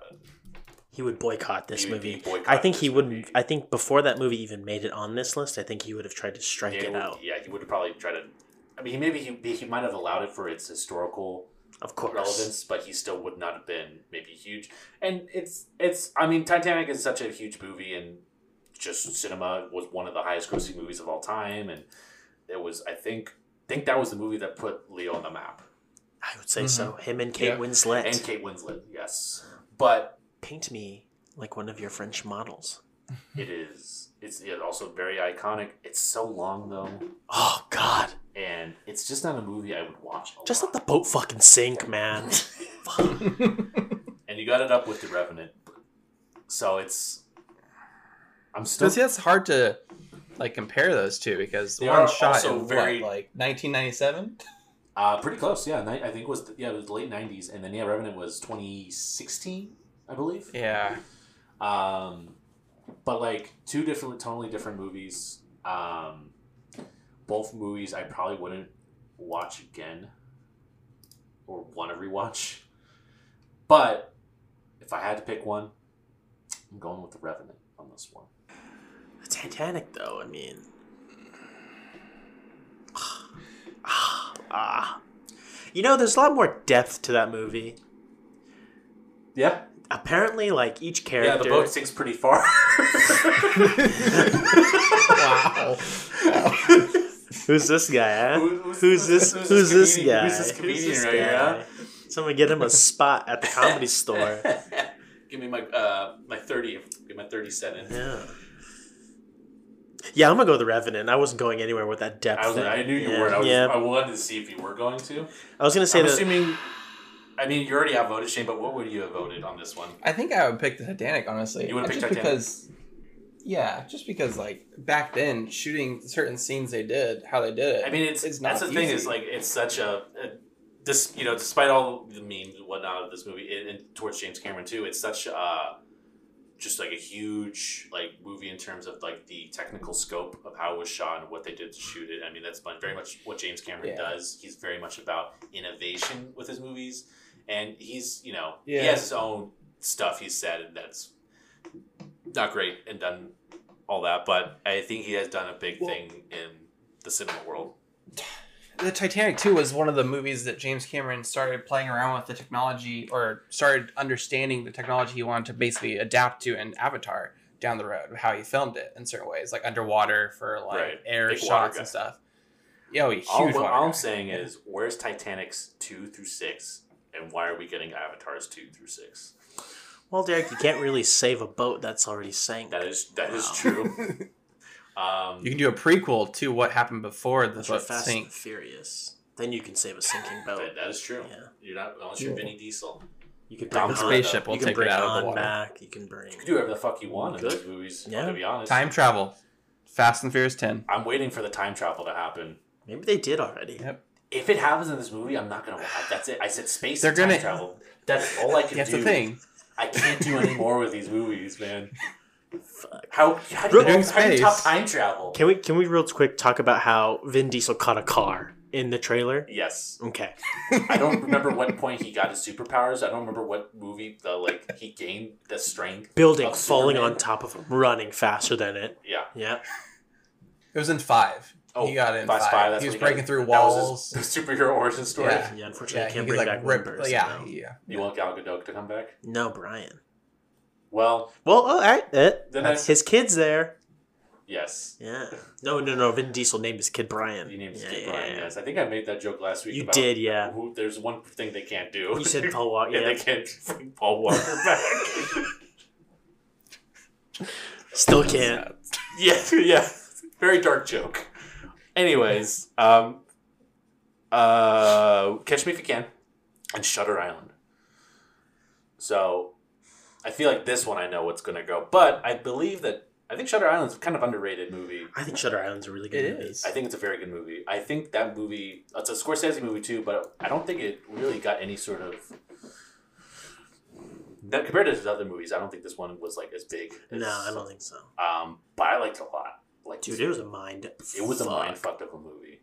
He would boycott this
He would
movie.
boycott
I think
this
he would.
movie.
not I think before that movie even made it on this list, I think he would have tried to strike
Daniel
it
would-
out.
Yeah, he would probably try to. I mean, he maybe he he might have allowed it for its historical
Of course.
relevance, but he still would not have been maybe huge. And it's it's I mean Titanic is such a huge movie and just cinema was one of the highest grossing movies of all time and it was I think think that was the movie that put Leo on the map.
I would say so. Him and Kate
Mm-hmm. Yeah.
Winslet.
And Kate Winslet, yes. But
Paint me like one of your French models.
it is it's yeah, also very iconic. It's so long though
Oh God!
and it's just not a movie I would watch. a
Just let
lot.
the boat fucking sink, man.
and you got it up with the Revenant. So it's I'm still
So see, that's hard to like compare those two because
They are
one shot
also
in
very-
what, like 1997.
Uh, pretty close, yeah. Ni- I think it was yeah, it was late '90s, and then yeah, Revenant was 2016, I believe.
<laughs> Yeah,
Um, but like two different, totally different movies. Um, both movies I probably wouldn't watch again or want to rewatch. But if I had to pick one, I'm going with the Revenant on this one.
The Titanic, though. I mean, ah, you know, there's a lot more depth to that movie.
Yeah,
Apparently, like each
yeah.
character.
The boat sinks pretty far. wow.
<laughs> Who's this guy? Huh?
Who-
Who's, this? Who's, this
comedian-
guy?
Who's this comedian right
guy?
here?
Someone get him
<laughs>
a spot at the
huh?
comedy
<laughs>
store.
<laughs> Give me my uh my thirty. Give my thirty seven.
Yeah. Yeah, I'm gonna go with the Revenant. I wasn't going anywhere with that depth.
I, was,
thing.
I knew you
yeah.
were. I, was,
yeah,
I wanted to see if you were going to.
I was gonna say
I'm
that.
assuming. I mean, you already outvoted Shane, but what would you have voted on this one?
I think I would pick the Titanic honestly.
You would've
Just
picked Titanic.
because. Yeah, just because like back then shooting certain scenes they did, how they did it.
I mean, it's,
It's
that's the
not
thing is
easy.
like it's such a, a this you know despite all the memes and whatnot of this movie and, and towards James Cameron too, it's such a just like a huge like movie in terms of like the technical scope of how it was shot and what they did to shoot it. I mean, that's been very much what James Cameron
Yeah.
does. He's very much about innovation with his movies, and he's you know
Yeah.
he has his own stuff he's said and that's not great and done all that, but I think he has done a big
Well-
thing in the cinema world.
the Titanic too was one of the movies that James Cameron started playing around with the technology or started understanding the technology he wanted to basically adapt to in Avatar down the road, how he filmed it in certain ways, like underwater for like
Right.
air
Big water
shots
guy.
and stuff. Yeah, oh, a huge
All, what
water
all
guy.
I'm saying is, where's Titanic's two through six, and why are we getting Avatar's two through six?
well, Derek, you can't really save a boat that's already sank.
That is that is
Wow.
true. um,
you can do a prequel to what happened before the
Unless you're
boat
Fast
sank.
and Furious, then you can save a sinking boat.
that- that is true.
Yeah.
You're not unless you're Vinny Diesel.
You can
Dom
bring Han-
spaceship will
you can
take it
bring
out of the
Han
water.
back. You can bring.
You can do whatever the fuck you want in
Good.
those movies.
Yeah.
To be honest,
Time travel, Fast and Furious Ten.
I'm waiting for the time travel to happen.
Maybe they did already.
Yep.
If it happens in this movie, I'm not gonna. watch. That's it. I said space.
They're
and time
gonna-
travel. That's all I can
That's
do.
the thing.
I can't do any more with these
<laughs>
movies, man. How how do,
They're
you,
doing
how do you top
space.
time travel?
Can we can we real quick talk about how Vin Diesel caught a car in the trailer?
yes.
Okay.
I don't remember what point he got his superpowers. I don't remember what movie the like he gained the strength.
Building
Of
falling
Superman.
on top of him, running faster than it.
Yeah.
Yeah.
It was in five.
Oh,
he got it in
Fast
five.
Five, that's
he was
when he got-
breaking through
that was
walls.
his <laughs> superhero origin story.
Yeah.
Yeah, unfortunately,
Yeah,
I
he
can't
could
bring
like
back
rip.
one person.
yeah,
no.
yeah.
You want Gal Gadot to come back?
No, Brian.
Well,
Well, all right. eh,
Then
that's
I-
his kid's there.
yes.
Yeah. No, no, no. Vin Diesel named his kid Brian.
You named his
yeah,
kid
yeah,
Brian.
yeah.
Yes, I think I made that joke last week.
You
about
did, yeah.
Who, there's one thing they can't do.
You
<laughs>
said Paul Walker.
and
Yeah.
they can't bring
<laughs>
Paul Walker back. <laughs>
Still can't.
yeah, yeah. Very dark joke. Anyways, um, uh, Catch Me If You Can and Shutter Island. So, I feel like this one I know what's gonna go, but I believe that I think Shutter Island's a kind of underrated movie.
I think Shutter Island's a really good
It
movie.
is.
I think it's a very good movie. I think that movie it's a Scorsese movie too, but I don't think it really got any sort of that compared to his other movies. I don't think this one was like as big. As,
No, I don't think so.
Um, but I liked it a lot. Like
Dude, it was a mind.
it was a
fuck.
mind fucked of a movie,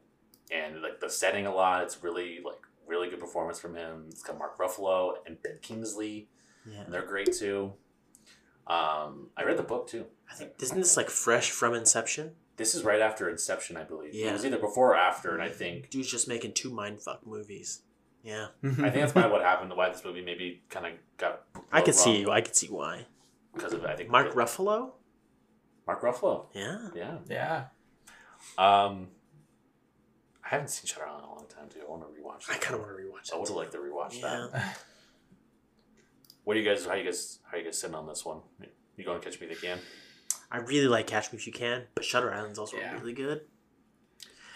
and like the setting a lot. It's really like really good performance from him. It's got Mark Ruffalo and Ben Kingsley,
Yeah.
and they're great too. Um, I read the book too.
I think isn't this like fresh from Inception?
This is right after Inception, I believe. It
Yeah.
was either before or after, and I think
Dude's just making two mindfuck movies. Yeah,
Mm-hmm.
I
<laughs>
think that's probably what happened. Why this movie maybe kind of got.
I could see. I could see why.
because of I think
Mark Ruffalo.
Mark Ruffalo.
Yeah,
Yeah.
yeah.
Um, I haven't seen Shutter Island in a long time too. I want to rewatch.
I
That.
kind of want to rewatch
I would
it.
have liked to rewatch
Yeah.
that. <laughs> What do you guys? How you guys? How you guys sitting on this one? You going to catch me if you can?
I really like Catch Me If You Can, but Shutter Island's also
Yeah.
really good.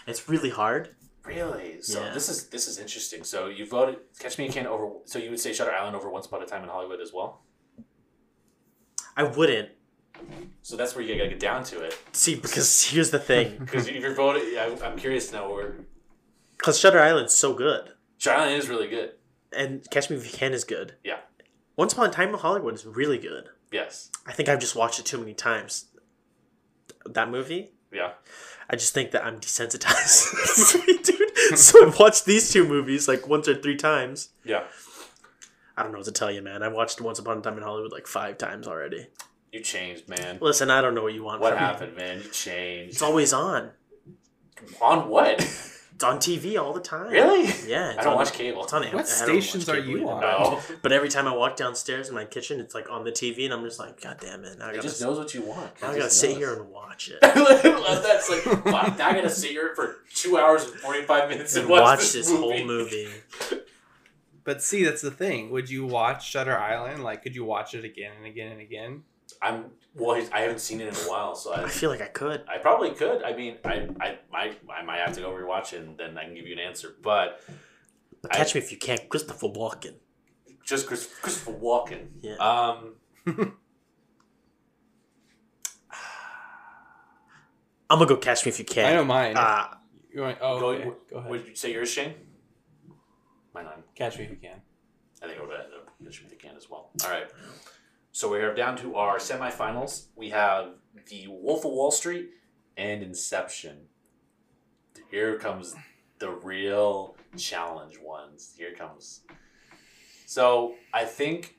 It's really hard.
Really? So
Yeah.
this is this is interesting. So you voted Catch Me If You Can over. So you would say Shutter Island over Once Upon a Time in Hollywood as well.
I wouldn't
So that's where you gotta get down to it.
see because here's
<laughs>
the thing:
Because if you're voting, I, I'm curious to know where
because Shutter Island's so good,
Shutter Island is really good.
and Catch Me If You Can is good.
Yeah.
Once Upon a Time in Hollywood is really good.
Yes.
I think I've just watched it too many times. That movie,
Yeah.
I just think that I'm desensitized, <laughs> dude. So I've watched these two movies like once or three times.
Yeah.
I don't know what to tell you, man. I've watched Once Upon a Time in Hollywood like five times already.
You changed, man.
Listen, I don't know what you want.
What
from me.
happened, man? You changed.
It's always on.
On what?
<laughs>
<laughs>
It's on TV all the time.
really?
Yeah. It's
I don't
on,
watch cable.
It's on. I don't
What
watch
stations are
cable
you
either,
on?
but-
<laughs> No.
But every time I walk downstairs in my kitchen, it's like on the TV, and I'm just like, God damn it! Now I
It
gotta,
just knows what you want.
now I
It
gotta
just
sit
knows.
here and watch it.
<laughs> That's
<laughs>
like fuck. Now I gotta sit here for two hours and forty five minutes and,
and watch
this,
this
movie.
whole movie.
But see, that's the thing. Would you watch Shutter Island? Like, could you watch it again and again and again?
I'm well. I haven't seen it in a while, so
I
I,
feel like I could.
I probably could. I mean, I, I might I might have to go rewatch it and then I can give you an answer. But
But
I-
catch me if you can, Christopher Walken.
just Chris, Christopher Walken.
Yeah.
Um.
I'm gonna go catch me if you can.
I know mine.
Uh,
you want, oh,
go,
okay. go,
would-
ahead.
Would you say yours, Shane? Mine. I'm-
Catch me if you can.
I think I would end up with the can as well. All right. So we are down to our semifinals. We have the Wolf of Wall Street and Inception. Here comes the real challenge ones. Here comes. So I think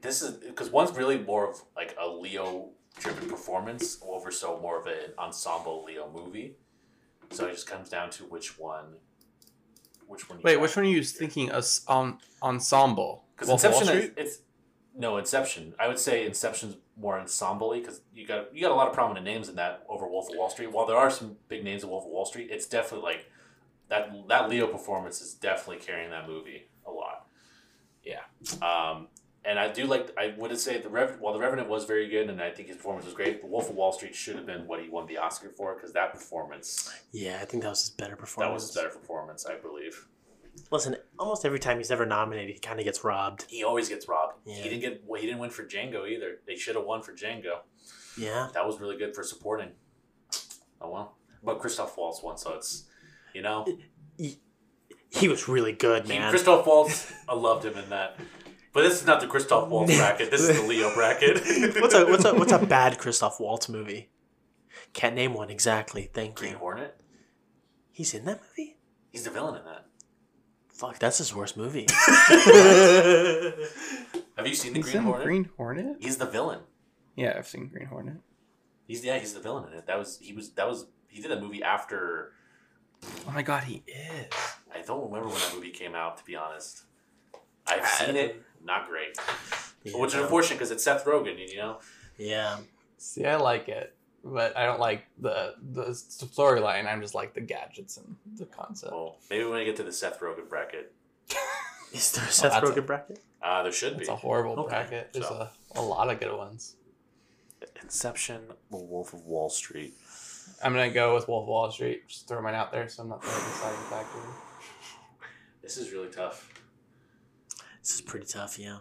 this is because one's really more of like a Leo driven performance over so more of an ensemble Leo movie. So it just comes down to which one. Which one? you
Wait,
got.
which one are you thinking? Us on ensemble?
Because
Wolf of Wall
Inception, is,
Street?
it's no Inception. I would say Inception's more ensemble because you got you got a lot of prominent names in that over Wolf of Wall Street. While there are some big names in Wolf of Wall Street, it's definitely like that that Leo performance is definitely carrying that movie a lot. Yeah, um, and I do like I would say the Rev- while the Revenant was very good and I think his performance was great, the Wolf of Wall Street should have been what he won the Oscar for because that performance
yeah, I think that was his better
that
performance.
was his better performance, I believe.
Listen, almost every time he's ever nominated, he kind of gets robbed.
He always gets robbed.
Yeah.
He didn't get well, he didn't win for Django either. They should have won for Django.
Yeah.
That was really good for supporting. Oh well. But Christoph Waltz won, so it's you know
He was really good,
he,
man.
Christoph Waltz
<laughs>
I loved him in that. But this is not the Christoph Waltz bracket, this is the Leo bracket.
<laughs>
what's a what's a what's a bad Christoph Waltz movie? Can't name one exactly. Thank
Green
you.
Hornet?
He's in that movie.
He's the villain in that.
Fuck, that's his worst <laughs> movie.
Have you seen the
He's
Green
in
Hornet?
Green Hornet.
He's the villain.
Yeah, I've seen Green Hornet.
He's yeah, he's the villain in it. That was he was that was he did that movie after
Oh my god, he is.
I don't remember when that movie came out, to be honest. I've seen it, not great.
Yeah.
Which is unfortunate because it's Seth Rogen, you know.
Yeah.
See, I like it, but I don't like the the storyline. I'm just like the gadgets and the concept.
Well, maybe when I get to the Seth Rogen bracket,
Is there a Seth
that's
Rogen
a-
bracket?
uh, there should be.
It's a horrible
Okay,
bracket. There's
so-
a, a lot of good ones.
Inception, The Wolf of Wall Street.
I'm gonna go with Wolf of Wall Street. Just throw mine out there, so I'm not the deciding factor.
This is really tough.
This is pretty tough, yeah.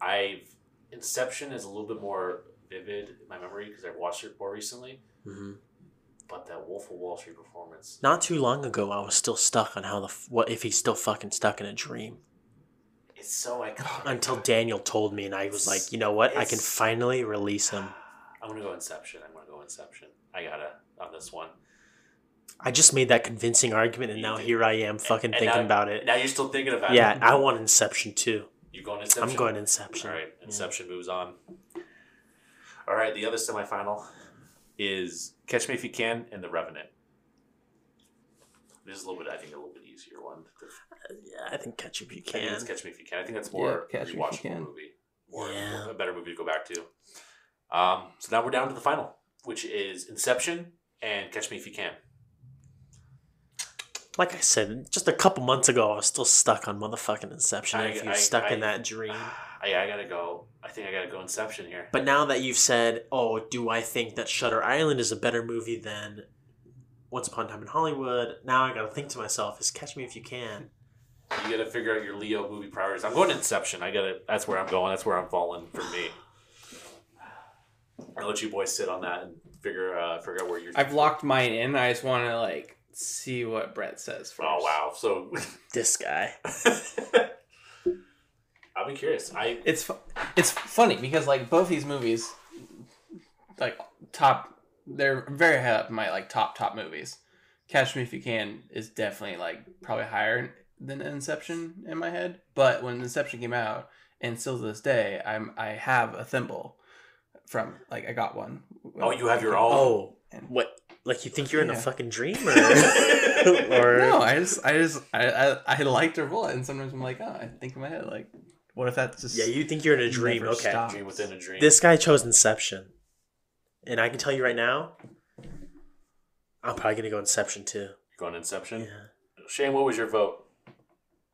I Inception is a little bit more vivid in my memory because I watched it more recently.
hmm
But that Wolf of Wall Street performance,
Not too long ago, I was still stuck on how the f- what if he's still fucking stuck in a dream
it's so iconic.
until Daniel told me, and I was like, you know what? I can
It's-
finally release him.
I'm gonna go Inception. I'm gonna go Inception. I gotta on this one.
I just made that convincing argument, and
You
now
did.
here I am fucking
and
thinking
now-
about it.
Now you're still thinking about
yeah,
it.
I want Inception too.
you going Inception.
I'm going Inception.
All right,
Yeah.
Inception moves on. All right, the other semifinal is Catch Me If You Can and The Revenant. This is a little bit, I think, a little bit easier one.
yeah, I think Catch Me If You
I think
Can.
it's Catch Me If You Can. I think that's more
Catch Me If
a
You
watchable
Can.
movie or
Yeah.
a better movie to go back to. Um, so now we're down to the final, which is Inception and Catch Me If You Can.
Like I said, just a couple months ago, I was still stuck on motherfucking Inception.
I-
if you're
I-
stuck in
I-
that dream.
Ah, I, I gotta go. I think I gotta go Inception here.
But now that you've said, oh, do I think that Shutter Island is a better movie than Once Upon a Time in Hollywood? Now I gotta think to myself, is Catch Me If You Can.
You gotta figure out your Leo movie priorities. I'm going Inception. I gotta. That's where I'm going. That's where I'm falling for me. I'll let you boys sit on that and figure uh, figure out where you're.
I've locked mine in. I just want to like see what Brett says first.
oh wow! So <laughs>
This guy.
I'll be curious. I
It's fu- it's funny because like both these movies, like top, they're very high up in my like top top movies. Catch Me If You Can is definitely like probably higher than Inception in my head. But when Inception came out, and still to this day, I'm I have a thimble from like I got one.
oh you have your own.
Oh,
And-
what? Like you think you're in a
Yeah.
fucking dream,
<laughs>
or, <laughs> or
No, I just, I just, I, I, I like to roll it, and sometimes I'm like, oh, I think in my head, like, what if that's just
yeah, you think you're in a dream.
never
Okay,
stops?
Dream within a dream.
this guy chose Inception, and I can tell you right now, I'm probably gonna go Inception too.
You're going Inception.
Yeah,
Shane, what was your vote?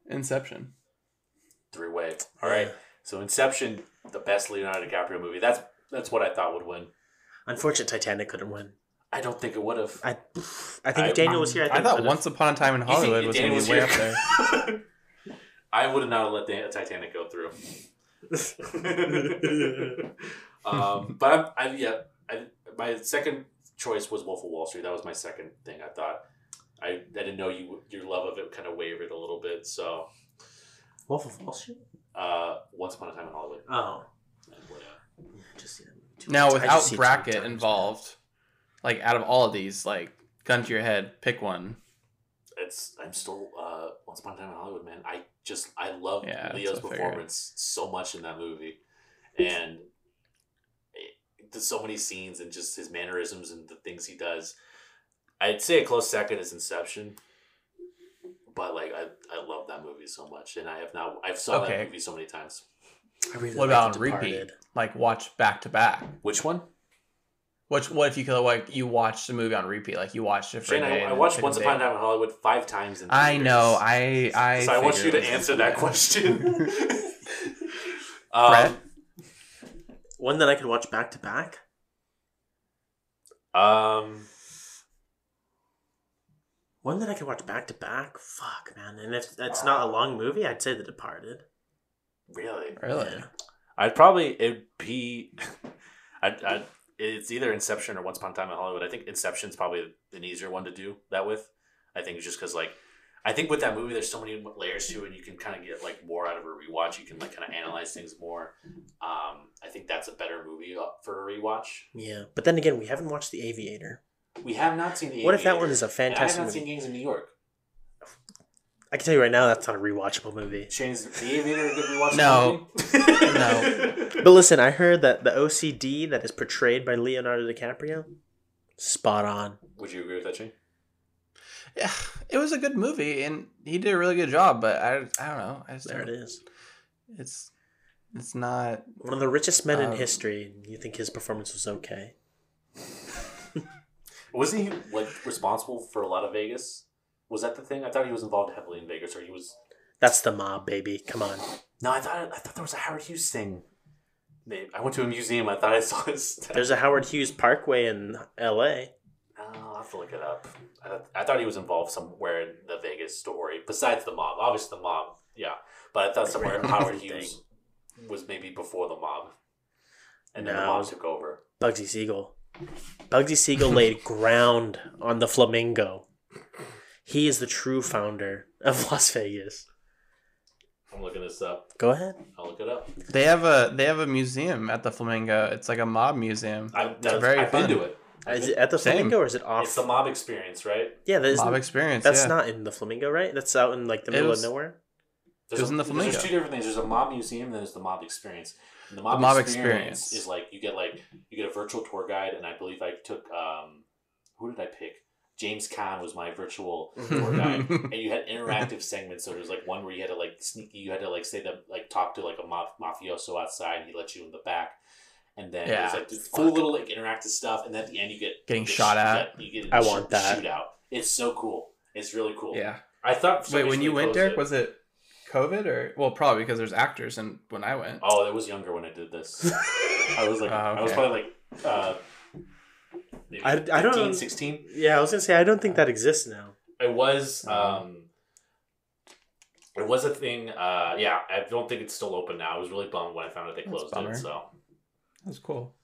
Inception?
Three way. All right.
Yeah.
So Inception, the best Leonardo DiCaprio movie. That's that's what I thought would win.
Unfortunate Titanic couldn't win.
I don't think it would have.
I, I think
I-
if Daniel was here, I,
I
think
thought
would've-
Once Upon a Time in Hollywood was gonna be way up
<laughs>
there.
I would have not let the Titanic
<laughs>
go through. um, but I'm, I'm yeah. I, my second choice was Wolf of Wall Street. That was my second thing. I thought I, I didn't know you your love of it kind of wavered a little bit. So
Wolf of Wall Street.
uh, Once Upon a Time in Hollywood.
Oh,
And what, uh,
Yeah, just see that movie too
Now
much. I just
without
see it too many
bracket
times.
involved, like out of all of these, like gun to your head, pick one.
It's I'm still uh, Once Upon a Time in Hollywood, man. I just I love
Yeah, that's
Leo's
what I figured.
performance so much in that movie, and it, there's so many scenes and just his mannerisms and the things he does. I'd say a close second is Inception, but like I, I love that movie so much, and I have not I've saw
Okay.
that movie so many times.
I really
What
like
about
The
on repeat?
Departed.
Like watch back to back.
Which one?
Which what if you could like you watched the movie on repeat? Like you watched it for
Shane,
a day.
I,
and
I
then
watched
took
Once Upon a
day.
Time in Hollywood five times. In
I
theaters.
know. I I.
so I want you
figured
to
it was-
answer that question.
<laughs>
<laughs> um,
Brett?
One that I could watch back to back.
Um,
One that I could watch back to back. Fuck, man. And if that's not a long movie, I'd say The Departed.
really?
Really?
Yeah.
I'd probably it'd be, <laughs> I'd, I'd it's either Inception or Once Upon a Time in Hollywood. I think Inception's probably an easier one to do that with. I think it's just because like, I think with that movie there's so many layers to, it, and you can kind of get like more out of a rewatch. You can like kind of analyze things more. Um, I think that's a better movie uh, for a rewatch.
Yeah, but then again, we haven't watched The Aviator.
We have not seen the.
What if that
Aviator,
one is a
and I have
fantastic
not
movie?
seen Gangs of New York.
I can tell you right now, that's not a rewatchable movie.
Shane's the Aviator a good rewatch.
No.
movie?
<laughs>
No.
But listen, I heard that the OCD that is portrayed by Leonardo DiCaprio, spot on.
<laughs> Would you agree with that, Shane?
<sighs>
Yeah, it was a good movie, and he did a really good job. But I, I don't know. I just
There it
don't-
is.
It's, it's not.
One of the richest men in
Um,
history. You think his performance was okay?
Wasn't he like responsible for a lot of Vegas? Was that the thing? I thought he was involved heavily in Vegas, or he was.
That's the mob, baby. Come on.
No, I thought I thought there was a Howard Hughes thing. Maybe. I went to a museum. I thought I saw his.
<laughs>
There's a Howard Hughes Parkway in L.A.
Oh, I'll have to look it up. I thought, I thought he was involved somewhere in the Vegas story, besides the mob. Obviously, the mob. Yeah, but I thought somewhere Howard Hughes was maybe before the mob, and then the
No.
mob took over.
Bugsy Siegel. Bugsy Siegel laid ground on the flamingo. He is the true founder of Las Vegas.
I'm looking this up.
Go ahead.
I'll look it up.
They have a they have a museum at the Flamingo. It's like a mob museum.
I,
It's
that's,
very
I've
fun.
been to it. I've
Is
been-
it at the
Same.
flamingo or is it off?
it's the mob experience, right?
yeah, that
Mob
isn't,
experience.
that's
yeah.
<laughs>
not in the flamingo, right? That's out in like the
It
middle
was-
of nowhere.
It was
a-
in the
There's
Flamingo.
two different things. There's a mob museum, and there's the mob experience. And the mob,
mob
experience,
experience.
is like you get like you get a virtual tour guide, and I believe I took um, who did I pick? James Caan was my
<laughs>
virtual tour guide,
Mhm.
and you had interactive segments. So there was like one where you had to like sneaky, you had to like say that like talk to like a maf- mafioso outside, and he let you in the back, and then
Yeah,
it's like this cool
fuck.
little like interactive stuff, and then at the end you get
Getting
the
shot
sh-
at.
yeah, you get
I
the sh-
want that.
shootout. It's so cool. It's really cool.
yeah.
I thought. for some
Wait, when
reason
you
they
went,
closed
Derek,
it.
was it COVID or well, probably because there's actors, and when I went,
Oh, I was younger when I did this. I
<laughs>
was like,
Oh,
I was
okay.
probably like, uh, maybe
I- I don't-
15, 16.
Yeah, I was gonna say I don't think that exists now.
It was,
Uh-huh.
um, it was a thing. Uh, yeah, I don't think it's still open now. I was really bummed when I found out they
That's
closed
bummer.
it. So
that's cool.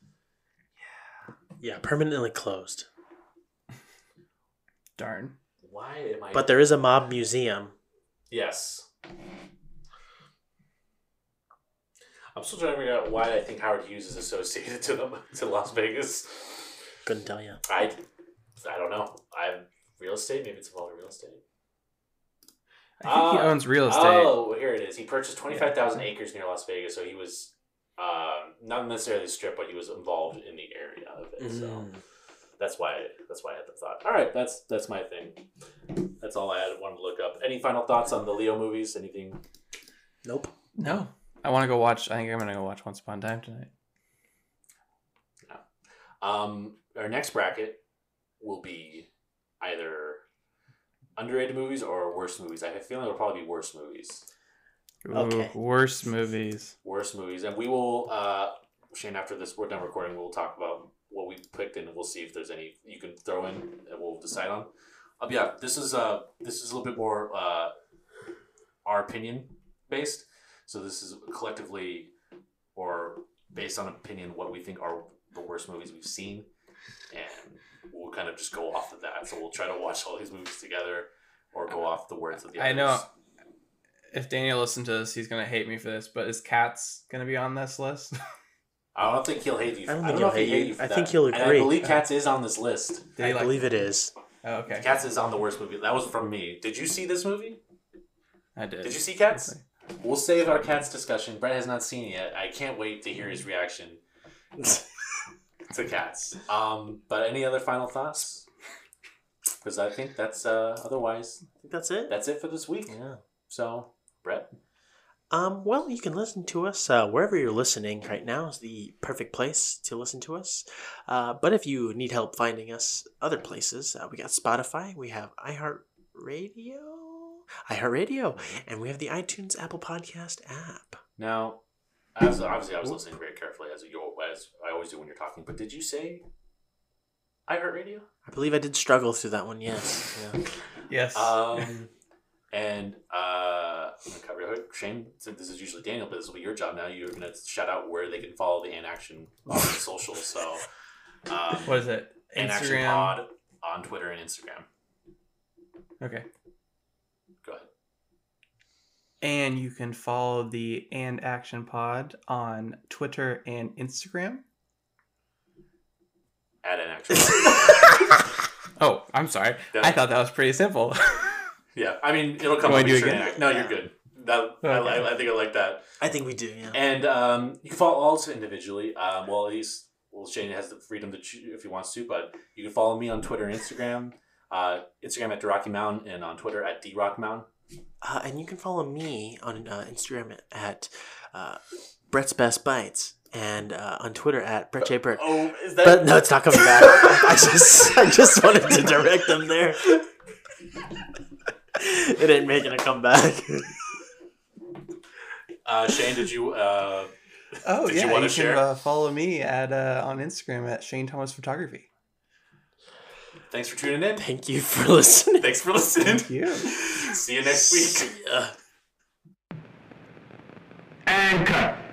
Yeah, permanently closed.
Darn.
why am I?
But there is a mob museum.
yes. I'm still trying to figure out why I think Howard Hughes is associated <laughs> to them to Las Vegas.
Couldn't tell you.
I, I don't know. I'm real estate. Maybe it's involved in real estate.
I think he
Oh.
owns real estate.
Oh, here it is. He purchased 25,000 acres near Las Vegas, so he was um, not necessarily the strip, but he was involved in the area of it.
Mm-hmm.
So that's why that's why I had the thought. All right, that's that's my thing. That's all I had wanted to look up. Any final thoughts on the Leo movies? Anything?
Nope.
No, I want to go watch. I think I'm gonna go watch Once Upon a Time tonight.
Um, our next bracket will be either underrated movies or worst movies. I have a feeling it'll probably be worst movies.
Okay.
Ooh, worst movies.
worst movies, and we will uh, Shane after this we're done recording. We'll talk about what we picked, and we'll see if there's any you can throw in, and we'll decide on. Uh, yeah, this is uh this is a little bit more uh, our opinion based. So this is collectively or based on opinion what we think are the worst movies we've seen, and we'll kind of just go off of that. So we'll try to watch all these movies together. Or go off the words of the others.
I know. If Daniel listened to this, he's gonna hate me for this. But is Cats gonna be on this list? <laughs>
I don't think he'll hate you.
I don't
I
think
don't know if
he'll
he
hate
hate
you.
you. for
I
that.
think he'll
And
agree.
I believe Cats is on this list.
Did
I
he, like-
believe it is.
Oh, okay,
Cats is on the worst movie. That was from me. Did you see this movie?
I did.
Did you see Cats? We'll save our Cats discussion. Brett has not seen it yet. I can't wait to hear
<laughs>
his reaction to Cats. Um, but any other final thoughts? Because I think that's uh, otherwise
I think that's it.
that's it for this week.
Yeah.
So Brett,
Um, well, you can listen to us uh, wherever you're listening right now is the perfect place to listen to us. Uh, but if you need help finding us other places, uh, we got Spotify, we have iHeartRadio, iHeartRadio, and we have the iTunes Apple Podcast app.
now I was, obviously I was listening very carefully as you as I always do when you're talking. But did you say iHeartRadio?
I believe I did struggle through that one. Yes. Yeah.
Yes. <laughs>
Um, and uh, I'm gonna cut real quick. Shane, since this is usually Daniel, but this will be your job now. You're gonna shout out where they can follow the and Action on social. So, um,
what is it?
and Action
Instagram.
Pod on Twitter and Instagram.
Okay.
Go ahead.
And you can follow the And Action Pod on Twitter and Instagram.
Add an action. Pod.
Oh, I'm sorry. <laughs> I thought that was pretty simple. <laughs>
yeah, I mean it'll come.
Do I
up
do
with
again?
Shannon Action. No, you're good. That, I,
Okay.
I, I think I like that.
I think we do. Yeah.
And um, you can follow us individually. Um, well, at least well, Shane has the freedom to choose if he wants to, but you can follow me on Twitter and Instagram. Uh, Instagram at the Rocky Mountain and on Twitter at D Rock Mountain.
Uh, and you can follow me on uh, Instagram at uh, Brett's Best Bites and uh, on Twitter at Brett J. Burt.
Oh, is
But no, it's not coming back. I just, I just wanted to direct them there. it ain't making a comeback.
uh, Shane? Did you? Uh,
Oh
Did you
yeah, you,
wanna
can
share?
uh, follow me at uh, on Instagram at Shane Thomas Photography.
thanks for tuning in.
Thank you for listening.
Thanks for listening. <laughs>
Thank you.
See you next week.
Yeah.
Anchor.